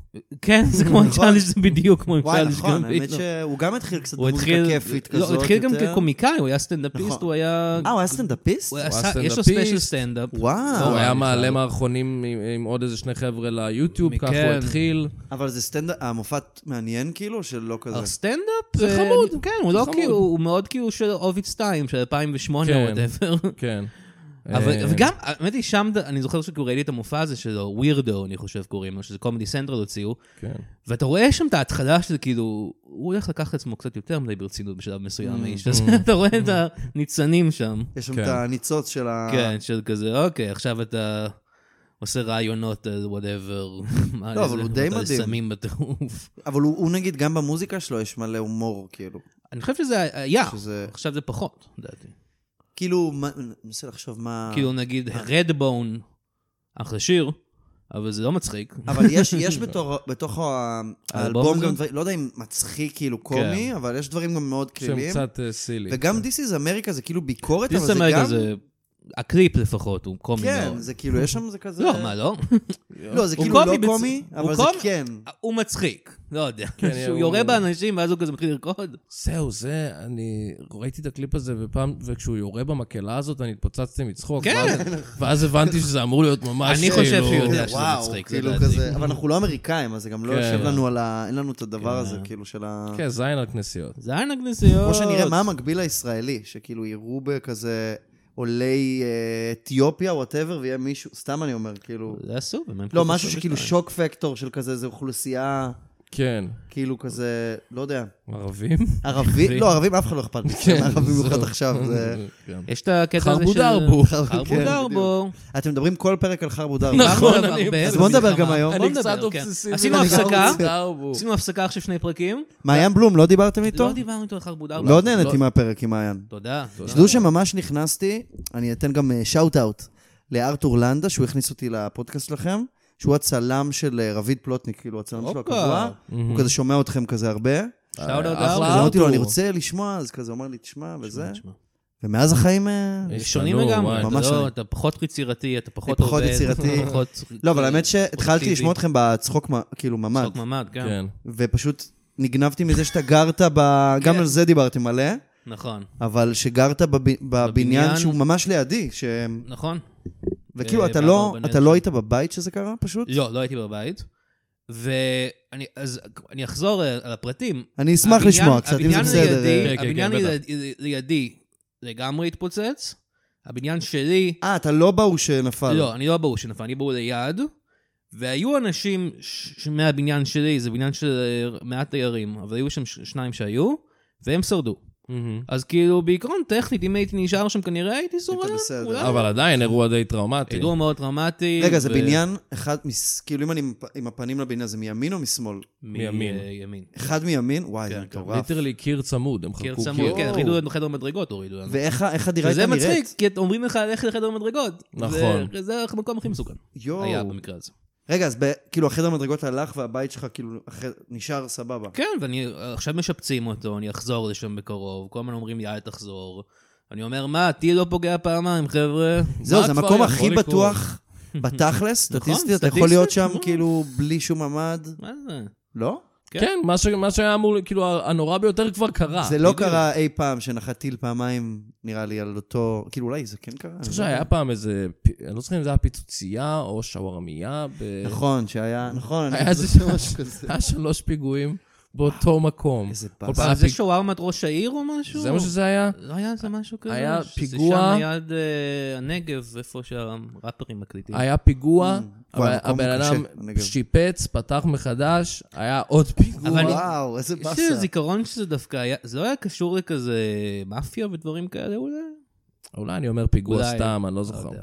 Speaker 3: כן, זה כמו עם
Speaker 4: נכון.
Speaker 3: צ'אלנג', זה בדיוק כמו עם
Speaker 4: וואי,
Speaker 3: צ'אלנג'
Speaker 4: נכון,
Speaker 3: גם.
Speaker 4: האמת שהוא גם התחיל קצת
Speaker 3: הוא
Speaker 4: דמות
Speaker 3: התחיל...
Speaker 4: כיפית
Speaker 3: לא,
Speaker 4: כזאת.
Speaker 3: הוא התחיל גם
Speaker 4: יותר.
Speaker 3: כקומיקאי, הוא היה סטנדאפיסט,
Speaker 4: נכון.
Speaker 3: הוא היה...
Speaker 4: אה, הוא היה סטנדאפיסט?
Speaker 3: הוא היה
Speaker 2: הוא
Speaker 3: ס-
Speaker 2: היה
Speaker 3: יש לו לא,
Speaker 2: סטנדאפיסט.
Speaker 3: ספיישל סטנדאפ.
Speaker 4: וואו.
Speaker 2: הוא היה
Speaker 3: בכלל.
Speaker 2: מעלה מערכונים עם- עם עוד איזה שני חבר'ה ליוטיוב,
Speaker 3: מכן.
Speaker 2: ככה הוא התחיל.
Speaker 4: אבל זה סטנדאפ, המופע מעניין כאילו, שלא כזה.
Speaker 3: הסטנדאפ?
Speaker 2: זה חמוד.
Speaker 3: כן, הוא
Speaker 2: זה
Speaker 3: לא
Speaker 2: חמוד.
Speaker 3: כאילו, הוא מאוד כאילו של אוביץ 2, של 2008 או
Speaker 2: כן.
Speaker 3: וואטאבר.
Speaker 2: כן. אה,
Speaker 3: אבל גם, האמת היא, שם, ד- אני זוכר שכאילו ראיתי את המופע הזה שלו, ווירדו, אני חושב קוראים לו, שזה קומדי סנטרל הוציאו,
Speaker 2: כן.
Speaker 3: ואתה רואה שם את ההתחלה שזה כאילו, הוא הולך לקחת את עצמו קצת יותר מדי ברצינות בשלב
Speaker 2: Mm.
Speaker 3: מסוים, האיש הזה, אתה רואה את הניצנים שם.
Speaker 4: יש שם
Speaker 2: כן.
Speaker 4: את הניצוץ של
Speaker 2: אה.
Speaker 4: ה...
Speaker 3: כן, של כזה, אוקיי, עכשיו אתה עושה רעיונות על וואטאבר.
Speaker 4: לא, אבל הוא די מדהים.
Speaker 3: סמים בטירוף.
Speaker 4: אבל הוא הוא נגיד, גם במוזיקה שלו יש מלא הומור, כאילו.
Speaker 3: אני חושב שזה היה,
Speaker 4: שזה-
Speaker 3: עכשיו זה פחות, לדעתי.
Speaker 4: כאילו, מה- אני מנסה לחשוב מה...
Speaker 3: כאילו נגיד
Speaker 4: אה.
Speaker 3: רדבון, אחלה שיר, אבל זה לא מצחיק.
Speaker 4: אה, אבל יש, יש בתור, בתוך ה- האלבום
Speaker 3: הזה? כן.
Speaker 4: גם דברים, לא יודע אם מצחיק כאילו קומי, אבל יש דברים גם מאוד
Speaker 2: שהם
Speaker 4: כלילים.
Speaker 2: קצת אה, סילי.
Speaker 4: וגם This is America זה כאילו ביקורת, אבל
Speaker 3: דיס
Speaker 4: זה גם...
Speaker 3: אמריקה זה, הקליפ לפחות, הוא קומי
Speaker 4: כן,
Speaker 3: מאוד.
Speaker 4: זה כאילו, יש שם זה כזה...
Speaker 3: לא, מה לא?
Speaker 4: לא, זה
Speaker 3: הוא
Speaker 4: כאילו לא
Speaker 3: קומי בצ-
Speaker 4: קומי,
Speaker 3: הוא
Speaker 4: אבל זה
Speaker 3: קומי-
Speaker 4: כן.
Speaker 3: הוא מצחיק, לא יודע.
Speaker 2: כן,
Speaker 3: שהוא
Speaker 2: הוא-
Speaker 3: יורה באנשים ואז הוא כזה מתחיל לרקוד.
Speaker 2: זהו, זה, אני ראיתי את הקליפ הזה, ופעם, וכשהוא יורה במקהלה הזאת, אני התפוצצתי מצחוק.
Speaker 3: כן.
Speaker 2: ואז- ואז הבנתי שזה אמור להיות ממש
Speaker 3: אני
Speaker 2: כאילו...
Speaker 3: חושב שהוא יודע. שזה
Speaker 4: וואו,
Speaker 3: מצחיק, זה
Speaker 4: כאילו
Speaker 3: לדעתי.
Speaker 4: כזה, אבל אנחנו לא אמריקאים, אז זה גם לא
Speaker 2: כן.
Speaker 4: יושב לנו על ה... אין לנו את הדבר הזה,
Speaker 3: כן.
Speaker 4: כאילו, של ה...
Speaker 2: כן, זין על כנסיות.
Speaker 3: זה היה נגנזיות.
Speaker 4: כמו שנראה, מה המקביל הישראלי? שכאילו יראו בכזה עולי אה, אתיופיה, וואטאבר, ויהיה מישהו, סתם אני אומר, כאילו...
Speaker 3: זה עשו, הם
Speaker 4: לא,
Speaker 3: פרופסור
Speaker 4: משהו שכאילו
Speaker 3: בשתיים.
Speaker 4: שוק פקטור של כזה, זו אוכלוסייה,
Speaker 2: כן.
Speaker 4: כאילו כזה, לא יודע.
Speaker 2: ערבים?
Speaker 4: ערבי, לא, ערבים, אף אחד לא אכפת לי. כן, ערבים במיוחד
Speaker 2: זהו.
Speaker 4: עכשיו. זה-
Speaker 2: כן.
Speaker 3: יש את הקטע הזה של...
Speaker 2: חרבו דרבו.
Speaker 4: כן, בדיוק.
Speaker 3: חרבודרבו.
Speaker 4: אתם מדברים כל פרק על חרבו דרבו.
Speaker 2: נכון, אני-
Speaker 4: אז בוא נדבר גם היום.
Speaker 2: אני קצת אובססיבי.
Speaker 3: עשינו
Speaker 2: לגמרי.
Speaker 3: הפסקה.
Speaker 2: דרבו.
Speaker 3: עשינו הפסקה עכשיו שני פרקים.
Speaker 4: מעיין בלום, לא דיברתם איתו?
Speaker 3: לא דיברנו איתו על חרבודרבו.
Speaker 4: מאוד נהניתי מהפרק עם מעיין.
Speaker 3: תודה.
Speaker 4: שתדעו שממש נכנסתי, אני אתן גם שאוט אאוט לארתור לנדה, שהוא הכניס אותי לפודקאסט שלכם, שהוא הצלם של אה, רביד פלוטניק, כאילו הצלם שלו
Speaker 3: הופה.
Speaker 4: הקבוע, הוא כזה שומע אתכם כזה הרבה.
Speaker 3: שאוט אאוט
Speaker 2: אחלה.
Speaker 4: אז
Speaker 3: ארתור.
Speaker 4: אמרתי לו, לא אני
Speaker 2: ארתור.
Speaker 4: רוצה לשמוע, אז כזה הוא אמר לי, תשמע, וזה.
Speaker 3: תשמע.
Speaker 4: ומאז החיים... אה,
Speaker 2: אה,
Speaker 3: שונים
Speaker 2: השתנו,
Speaker 3: לגמרי,
Speaker 2: וואי.
Speaker 3: אתה
Speaker 4: ממש
Speaker 3: לא-
Speaker 4: שונים.
Speaker 3: אתה פחות יצירתי, אתה פחות
Speaker 4: אני פחות
Speaker 3: עובד,
Speaker 4: יצירתי.
Speaker 3: אתה פחות...
Speaker 4: לא, אבל האמת שהתחלתי
Speaker 3: אופטיבי.
Speaker 4: לשמוע אתכם בצחוק, מ- כאילו, ממ"ד,
Speaker 3: צחוק ממ"ד, כן.
Speaker 2: כן.
Speaker 4: ופשוט נגנבתי מזה שאתה גרת ב... גם
Speaker 3: כן.
Speaker 4: על זה דיברתם מלא,
Speaker 3: נכון.
Speaker 4: אבל שגרת בב- בבניין
Speaker 3: בבניין.
Speaker 4: שהוא ממש לידי, ש...
Speaker 3: נכון.
Speaker 4: וכאילו,
Speaker 3: אה,
Speaker 4: אתה
Speaker 3: באברבנל.
Speaker 4: לא- אתה לא היית בבית שזה קרה פשוט?
Speaker 3: לא, לא הייתי בבית. ואני אז אני אחזור אה, על הפרטים.
Speaker 4: אני אשמח
Speaker 3: הבניין-
Speaker 4: לשמוע קצת, אם זה
Speaker 3: הבניין
Speaker 4: בסדר.
Speaker 3: לידי-
Speaker 4: אה.
Speaker 2: כן, כן,
Speaker 3: הבניין
Speaker 2: כן, בטח.
Speaker 3: לידי- לידי לגמרי התפוצץ. הבניין שלי,
Speaker 4: אה, אתה לא בהוא שנפל.
Speaker 3: לא, אני לא ברור שנפל, אני ברור ליד. והיו אנשים ש- ש- מהבניין שלי, זה בניין של אה, מעט תיירים, אבל היו שם ש- שניים שהיו, והם שרדו.
Speaker 2: מהמם.
Speaker 3: אז כאילו, בעיקרון, טכנית, אם הייתי נשאר שם, כנראה הייתי שורד.
Speaker 4: בסדר.
Speaker 3: אולי.
Speaker 2: אבל עדיין אירוע די טראומטי.
Speaker 3: אירוע מאוד טראומטי.
Speaker 4: רגע, זה
Speaker 3: ו-
Speaker 4: בניין אחד, מס- כאילו, אם אני עם פ- עם הפנים לבניין, זה מימין או משמאל?
Speaker 3: מ-
Speaker 2: מימין.
Speaker 3: אה, ימין.
Speaker 4: אחד מימין? וואי, זה
Speaker 3: כן, כן.
Speaker 4: מטורף.
Speaker 2: ליטרלי קיר צמוד, הם
Speaker 3: קיר
Speaker 2: חכו
Speaker 3: צמוד, כן,
Speaker 4: וואו.
Speaker 3: הורידו לנו חדר מדרגות, הורידו לנו.
Speaker 4: ואיך ה- איך הדירה
Speaker 3: וזה
Speaker 4: הייתה נראית?
Speaker 3: מצחיק, כי את- אומרים לך ללכת לחדר מדרגות.
Speaker 2: נכון.
Speaker 3: זה- זה המקום הכי מסוכן. היה
Speaker 4: יואו.
Speaker 3: במקרה הזה.
Speaker 4: רגע, אז ב- כאילו, החדר מדרגות הלך והבית שלך כאילו אחרי- נשאר סבבה.
Speaker 3: כן, ואני עכשיו משפצים אותו, אני אחזור לשם בקרוב. כל הזמן אומרים לי, אל תחזור. אני אומר, מה, טיל לא פוגע פעמיים, חבר'ה.
Speaker 4: זהו,
Speaker 2: מה
Speaker 4: זה
Speaker 2: כבר
Speaker 4: המקום
Speaker 2: יכול
Speaker 4: הכי
Speaker 2: לקרות?
Speaker 4: בטוח בתכלס, סטטיסטית, אתה יכול
Speaker 3: נכון, סטטיסטית, נכון.
Speaker 4: להיות שם
Speaker 3: ממש.
Speaker 4: כאילו בלי שום ממ"ד.
Speaker 3: מה זה?
Speaker 4: לא?
Speaker 2: כן, מה ש- מה שהיה אמור, כאילו, הנורא ביותר כבר קרה.
Speaker 4: זה לא
Speaker 2: אה, בדיוק.
Speaker 4: קרה אי פעם שנחת טיל פעמיים, נראה לי, על אותו... כאילו, אולי זה כן קרה.
Speaker 2: אני
Speaker 4: אני
Speaker 2: חושב
Speaker 4: לא יודע.
Speaker 2: שהיה פעם איזה, פ- אני לא זוכר אם זה היה פיצוצייה או שווארמייה. ב-
Speaker 4: נכון, שהיה... נכון, אני
Speaker 2: היה
Speaker 4: חושב
Speaker 2: זה
Speaker 4: משהו כזה.
Speaker 2: היה שלוש פיגועים. באותו מקום.
Speaker 4: איזה
Speaker 2: כל
Speaker 4: באסה.
Speaker 2: פעם היה
Speaker 3: זה
Speaker 2: פיג-
Speaker 3: שווארמת ראש העיר או משהו?
Speaker 2: זה מה שזה היה?
Speaker 3: לא היה איזה משהו כזה?
Speaker 2: היה
Speaker 3: שזה
Speaker 2: פיגוע.
Speaker 3: שם ליד אה, הנגב, איפה שהראפרים מקליטים.
Speaker 2: היה פיגוע,
Speaker 4: וואי,
Speaker 2: אבל
Speaker 4: Mm. מקום
Speaker 2: הבן
Speaker 4: קשה,
Speaker 2: אדם
Speaker 4: הנגב.
Speaker 2: שיפץ, פתח מחדש, היה עוד פיגוע.
Speaker 3: אבל-
Speaker 4: וואו, איזה
Speaker 3: יש
Speaker 4: באסה.
Speaker 3: לי זיכרון שזה דווקא היה, זה לא היה קשור לכזה מאפיה ודברים כאלה אולי?
Speaker 2: אולי אני אומר פיגוע
Speaker 3: אולי.
Speaker 2: סתם, אני לא
Speaker 3: לא
Speaker 2: זוכר.
Speaker 3: יודע.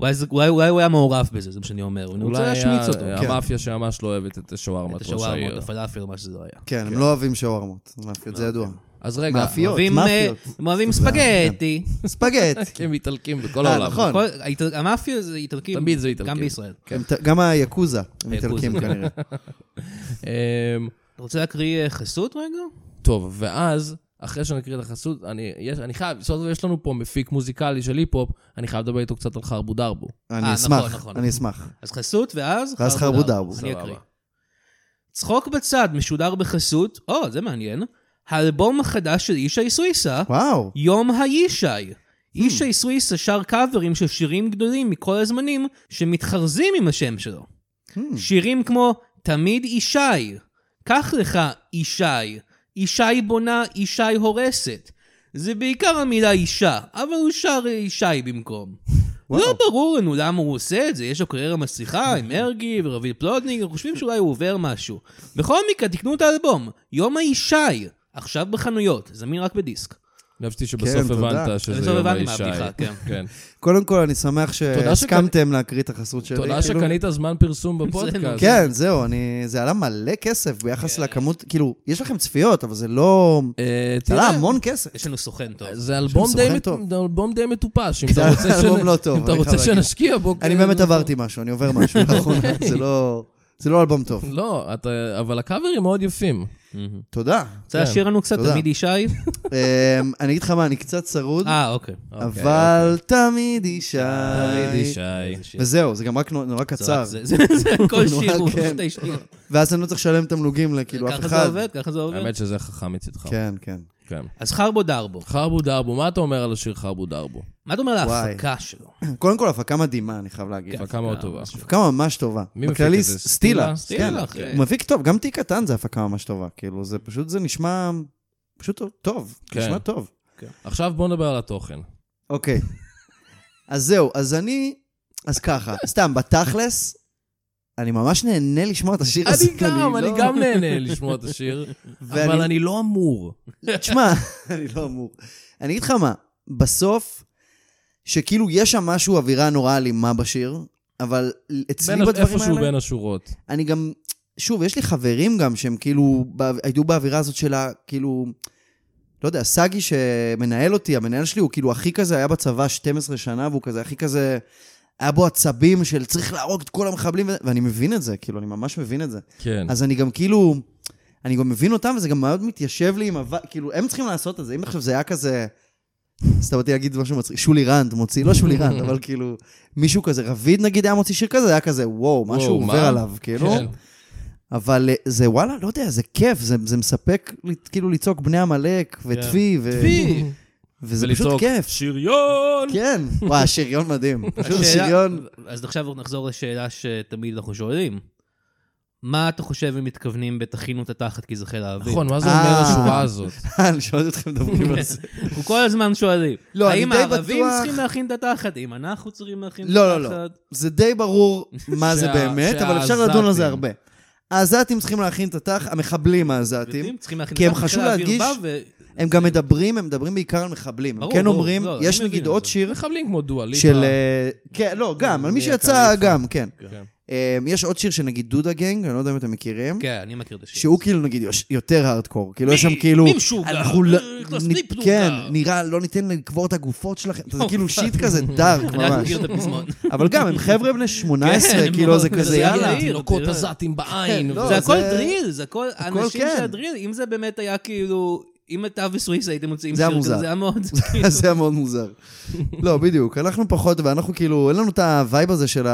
Speaker 3: אולי זה- אולי אולי הוא היה מעורב בזה, זה מה שאני אומר. אני רוצה
Speaker 2: אולי
Speaker 3: להשמיץ
Speaker 2: היה
Speaker 3: אותו.
Speaker 4: כן.
Speaker 2: המאפיה שממש לא אוהבת את השווארמת
Speaker 3: את
Speaker 2: ראש
Speaker 3: השווארמות,
Speaker 2: העיר.
Speaker 3: הפלאפל, מה שזה לא היה.
Speaker 4: כן, הם לא אוהבים שווארמות, מאפיות, זה ידוע.
Speaker 2: אז רגע,
Speaker 4: מאפיות.
Speaker 3: אוהבים, אה,
Speaker 4: מאפיות.
Speaker 3: הם אוהבים ספגטי.
Speaker 4: ספגט.
Speaker 2: הם איטלקים בכל
Speaker 4: אה,
Speaker 2: העולם.
Speaker 4: נכון.
Speaker 3: כל- האיטל- המאפיה זה איטלקים.
Speaker 2: תמיד זה איטלקים.
Speaker 3: גם בישראל.
Speaker 4: הם ת- גם היאקוזה, הם
Speaker 3: היאקוזה.
Speaker 4: איטלקים כנראה.
Speaker 2: אמ,
Speaker 3: אתה רוצה להקריא אה, חסות רגע?
Speaker 2: טוב, ואז, אחרי שנקריא את החסות, אני, יש, אני חייב, סוף סוף יש לנו פה מפיק מוזיקלי של היפ-הופ, אני חייב לדבר איתו קצת על חרבו דרבו.
Speaker 3: נכון,
Speaker 4: אני אשמח,
Speaker 3: נכון.
Speaker 4: אני אשמח.
Speaker 3: אז חסות, ואז...
Speaker 4: ואז
Speaker 3: חרבו
Speaker 4: חרבו
Speaker 3: דרבו.
Speaker 4: דרבו.
Speaker 3: אני
Speaker 2: סבבה.
Speaker 3: אקריא. צחוק בצד משודר בחסות, או, זה מעניין, האלבום החדש של ישי סויסה,
Speaker 4: וואו,
Speaker 3: יום הישי. ישי סויסה שר קאברים של שירים גדולים מכל הזמנים, שמתחרזים עם השם שלו. שירים כמו תמיד ישי, קח לך ישי, ישי בונה, ישי הורסת. זה בעיקר המילה אישה, אבל הוא שר ישי במקום.
Speaker 4: וואו.
Speaker 3: לא ברור לנו למה הוא עושה את זה, יש לו קריירה מצליחה עם מרגי ורביד פלודניק, חושבים שאולי הוא עובר משהו. בכל מקרה, תקנו את האלבום, יום הישי, עכשיו בחנויות, זמין רק בדיסק.
Speaker 2: אני חשבתי שבסוף
Speaker 4: כן, תודה. כאילו-
Speaker 2: הבנת שזה
Speaker 3: בסוף
Speaker 2: יום
Speaker 3: הבנתי
Speaker 2: האישה.
Speaker 3: מהבדיחה, כן.
Speaker 2: כן.
Speaker 4: קודם כל אני שמח
Speaker 2: תודה שקנית-
Speaker 4: שהסכמתם להקריא את החסות שלי.
Speaker 2: תודה
Speaker 4: כאילו.
Speaker 2: שקנית זמן פרסום בפודקאסט.
Speaker 4: כן, זהו, אני... זה עלה מלא כסף ביחס לכמות, כאילו, יש לכם צפיות, אבל זה לא...
Speaker 2: אה,
Speaker 4: זה עלה
Speaker 2: תראה,
Speaker 4: המון כסף.
Speaker 3: יש לנו סוכן טוב.
Speaker 2: זה אלבום
Speaker 4: שהוא
Speaker 2: די
Speaker 4: סוכן
Speaker 2: מט-
Speaker 4: טוב.
Speaker 2: זה אלבום די מטופש, אם
Speaker 4: זה
Speaker 2: אתה רוצה
Speaker 4: אלבום
Speaker 2: שנ-
Speaker 4: לא טוב,
Speaker 2: אם אתה
Speaker 4: אני
Speaker 2: רוצה
Speaker 4: חייב להגיד.
Speaker 2: שנשקיע בו.
Speaker 4: אני
Speaker 2: כן, אוקיי.
Speaker 4: באמת
Speaker 2: זה-
Speaker 4: עברתי משהו, אני עובר משהו לאחרונה, זה לא... זה לא אלבום טוב.
Speaker 2: לא, אתה- אבל הקאברים מאוד יפים.
Speaker 4: תודה.
Speaker 3: רוצה לשיר לנו קצת,
Speaker 4: כן, תודה.
Speaker 3: תמיד ישי?
Speaker 4: אמ, אני אגיד לך מה, אני קצת צרוד,
Speaker 3: אה, אוקיי.
Speaker 2: אוקיי.
Speaker 4: אבל תמיד ישי.
Speaker 2: תמיד ישי.
Speaker 3: איזה שיר.
Speaker 4: וזהו, זה גם רק נו- נורא
Speaker 3: זה
Speaker 4: קצר.
Speaker 3: רק זה, זה זה הכל
Speaker 4: נורא,
Speaker 3: שיר, הוא
Speaker 4: אה, כן.
Speaker 3: פשוט השאיר.
Speaker 4: ואז אני לא צריך לשלם תמלוגים לכאילו אף
Speaker 3: ככה זה
Speaker 4: אחד.
Speaker 3: עובד, ככה זה עובד.
Speaker 2: האמת שזה חכם מצידך.
Speaker 4: כן, כן.
Speaker 2: כן.
Speaker 3: אז חרבו דרבו,
Speaker 2: חרבו דרבו, מה אתה אומר על השיר חרבו דרבו?
Speaker 3: מה אתה אומר על
Speaker 4: וואי.
Speaker 3: ההפקה שלו? כן,
Speaker 4: קודם כל, הפקה מדהימה, אני חייב להגיד.
Speaker 2: הפקה מאוד טובה.
Speaker 4: הפקה ממש טובה.
Speaker 2: כן. מי מפיק
Speaker 4: בכללי,
Speaker 2: את זה?
Speaker 4: סטילה.
Speaker 2: סטילה?
Speaker 4: כן.
Speaker 3: סטילה, אחי.
Speaker 4: הוא מפיק טוב, גם תיק קטן זה הפקה ממש טובה. כאילו, זה פשוט, זה נשמע... פשוט טוב, טוב.
Speaker 2: כן.
Speaker 4: נשמע טוב.
Speaker 2: עכשיו בוא נדבר על התוכן.
Speaker 4: אוקיי. אז זהו, אז אני... אז ככה, סתם, בתכלס, אני ממש נהנה לשמוע את השיר הזה.
Speaker 2: אני גם, אני
Speaker 4: לא-
Speaker 2: גם נהנה לשמוע את השיר,
Speaker 4: ואני-
Speaker 2: אבל אני לא אמור.
Speaker 4: תשמע, אני לא אמור. אני אגיד לך מה, בסוף, שכאילו יש שם משהו, אווירה נורא אלימה בשיר, אבל אצלי
Speaker 2: בין הש-
Speaker 4: בדברים
Speaker 2: איפשהו
Speaker 4: האלה,
Speaker 2: בין השורות.
Speaker 4: אני גם, שוב, יש לי חברים גם שהם כאילו, בא- היו באווירה הזאת של ה... כאילו, לא יודע, סגי שמנהל אותי, המנהל שלי, הוא כאילו הכי כזה, היה בצבא 12 שנה, והוא כזה הכי כזה... היה בו עצבים של צריך להרוג את כל המחבלים, ו- ואני מבין את זה, כאילו, אני ממש מבין את זה.
Speaker 2: כן.
Speaker 4: אז אני גם כאילו, אני גם מבין אותם, וזה גם מאוד מתיישב לי עם הוו... כאילו, הם צריכים לעשות את זה. אם עכשיו זה היה כזה... סתם אותי להגיד משהו מצחיק, שולי רנד מוציא, לא שולי רנד, אבל כאילו, מישהו כזה, רביד נגיד היה מוציא שיר כזה, היה כזה, וואו, משהו
Speaker 2: וואו,
Speaker 4: עובר
Speaker 2: מה?"
Speaker 4: עליו, כאילו.
Speaker 2: כן.
Speaker 4: אבל אה, זה וואלה, לא יודע, זה כיף, זה, זה מספק לי- כאילו לצעוק בני עמלק וטפי,
Speaker 2: כן.
Speaker 4: ו...
Speaker 3: פי!
Speaker 4: וזה פשוט כיף.
Speaker 2: שריון!
Speaker 4: כן, וואי, השריון מדהים. פשוט
Speaker 3: השאלה-
Speaker 4: השריון,
Speaker 3: אז עכשיו נחזור לשאלה שתמיד אנחנו שואלים. מה אתה חושב אם מתכוונים בתכינו את התחת כי זה חיל האוויר?
Speaker 2: נכון, מה זה אומר
Speaker 4: אה.
Speaker 2: השורה הזאת?
Speaker 4: אני שואל אתכם מדברים על זה.
Speaker 3: אנחנו כל הזמן שואלים.
Speaker 4: לא, אני
Speaker 3: האם
Speaker 4: די
Speaker 3: הערבים
Speaker 4: בטוח-
Speaker 3: צריכים להכין את התחת? אם אנחנו צריכים להכין את התחת?
Speaker 4: לא, לא, לא. זה די ברור מה זה
Speaker 2: שה-
Speaker 4: באמת, אבל אפשר
Speaker 2: שהעזתים-
Speaker 4: לדון על זה הרבה. העזתים צריכים להכין את התח, המחבלים העזתים,
Speaker 3: יודעים, צריכים להכין את
Speaker 4: כי הם
Speaker 3: התחת,
Speaker 4: חשוב
Speaker 3: חיל האוויר
Speaker 4: להדגיש-
Speaker 3: בא ו-
Speaker 4: הם גם מדברים, הם מדברים בעיקר על מחבלים. הם
Speaker 3: ברור,
Speaker 4: כן
Speaker 3: ברור,
Speaker 4: אומרים,
Speaker 3: לא, אני
Speaker 4: יש
Speaker 3: מבין
Speaker 4: נגיד
Speaker 3: את
Speaker 4: עוד
Speaker 3: זה.
Speaker 4: שיר
Speaker 2: מחבלים כמו דואליפה.
Speaker 4: של... אה, כן, לא, גם, על מי
Speaker 2: מיה
Speaker 4: שיצא
Speaker 2: קליפה.
Speaker 4: גם, כן.
Speaker 2: כן.
Speaker 4: אה, יש עוד שיר שנגיד דודה גנג, אני לא יודע אם אתם מכירים,
Speaker 3: כן, אני מכיר את השיר.
Speaker 4: שהוא כאילו נגיד יש- יותר הארדקור, כאילו יש שם
Speaker 3: מי? אה,
Speaker 4: כאילו...
Speaker 3: מי משוגע?
Speaker 4: אנחנו לא-
Speaker 3: איך להסניף
Speaker 4: נ-
Speaker 3: פלוגה?
Speaker 4: כן, נראה, לא ניתן לקבור את הגופות שלכם, זה כאילו שיט כזה דארק
Speaker 3: אני רק
Speaker 4: ממש.
Speaker 3: מכיר את הפזמון.
Speaker 4: אבל גם, הם חבר'ה בני 18,
Speaker 3: כן,
Speaker 4: כאילו זה
Speaker 3: זה
Speaker 4: כזה
Speaker 3: זה
Speaker 4: יאללה.
Speaker 3: יאללה.
Speaker 2: תינוקות
Speaker 3: תראה.
Speaker 2: עזתים בעין.
Speaker 4: כן, לא,
Speaker 2: וזה-
Speaker 3: זה
Speaker 4: זה-
Speaker 3: הכל דריל, זה הכל,
Speaker 4: הכל
Speaker 3: אנשים
Speaker 4: כן.
Speaker 3: שהדריל, אם זה באמת היה כאילו, אם אתה וסוויסה הייתם מוציאים
Speaker 4: זה
Speaker 3: שיר
Speaker 4: היה
Speaker 3: כזה,
Speaker 4: מוזר.
Speaker 3: זה היה מאוד, כאילו-
Speaker 4: אז זה היה מאוד מוזר. לא, בדיוק. אנחנו פחות, ואנחנו כאילו, אין לנו את הווייב הזה של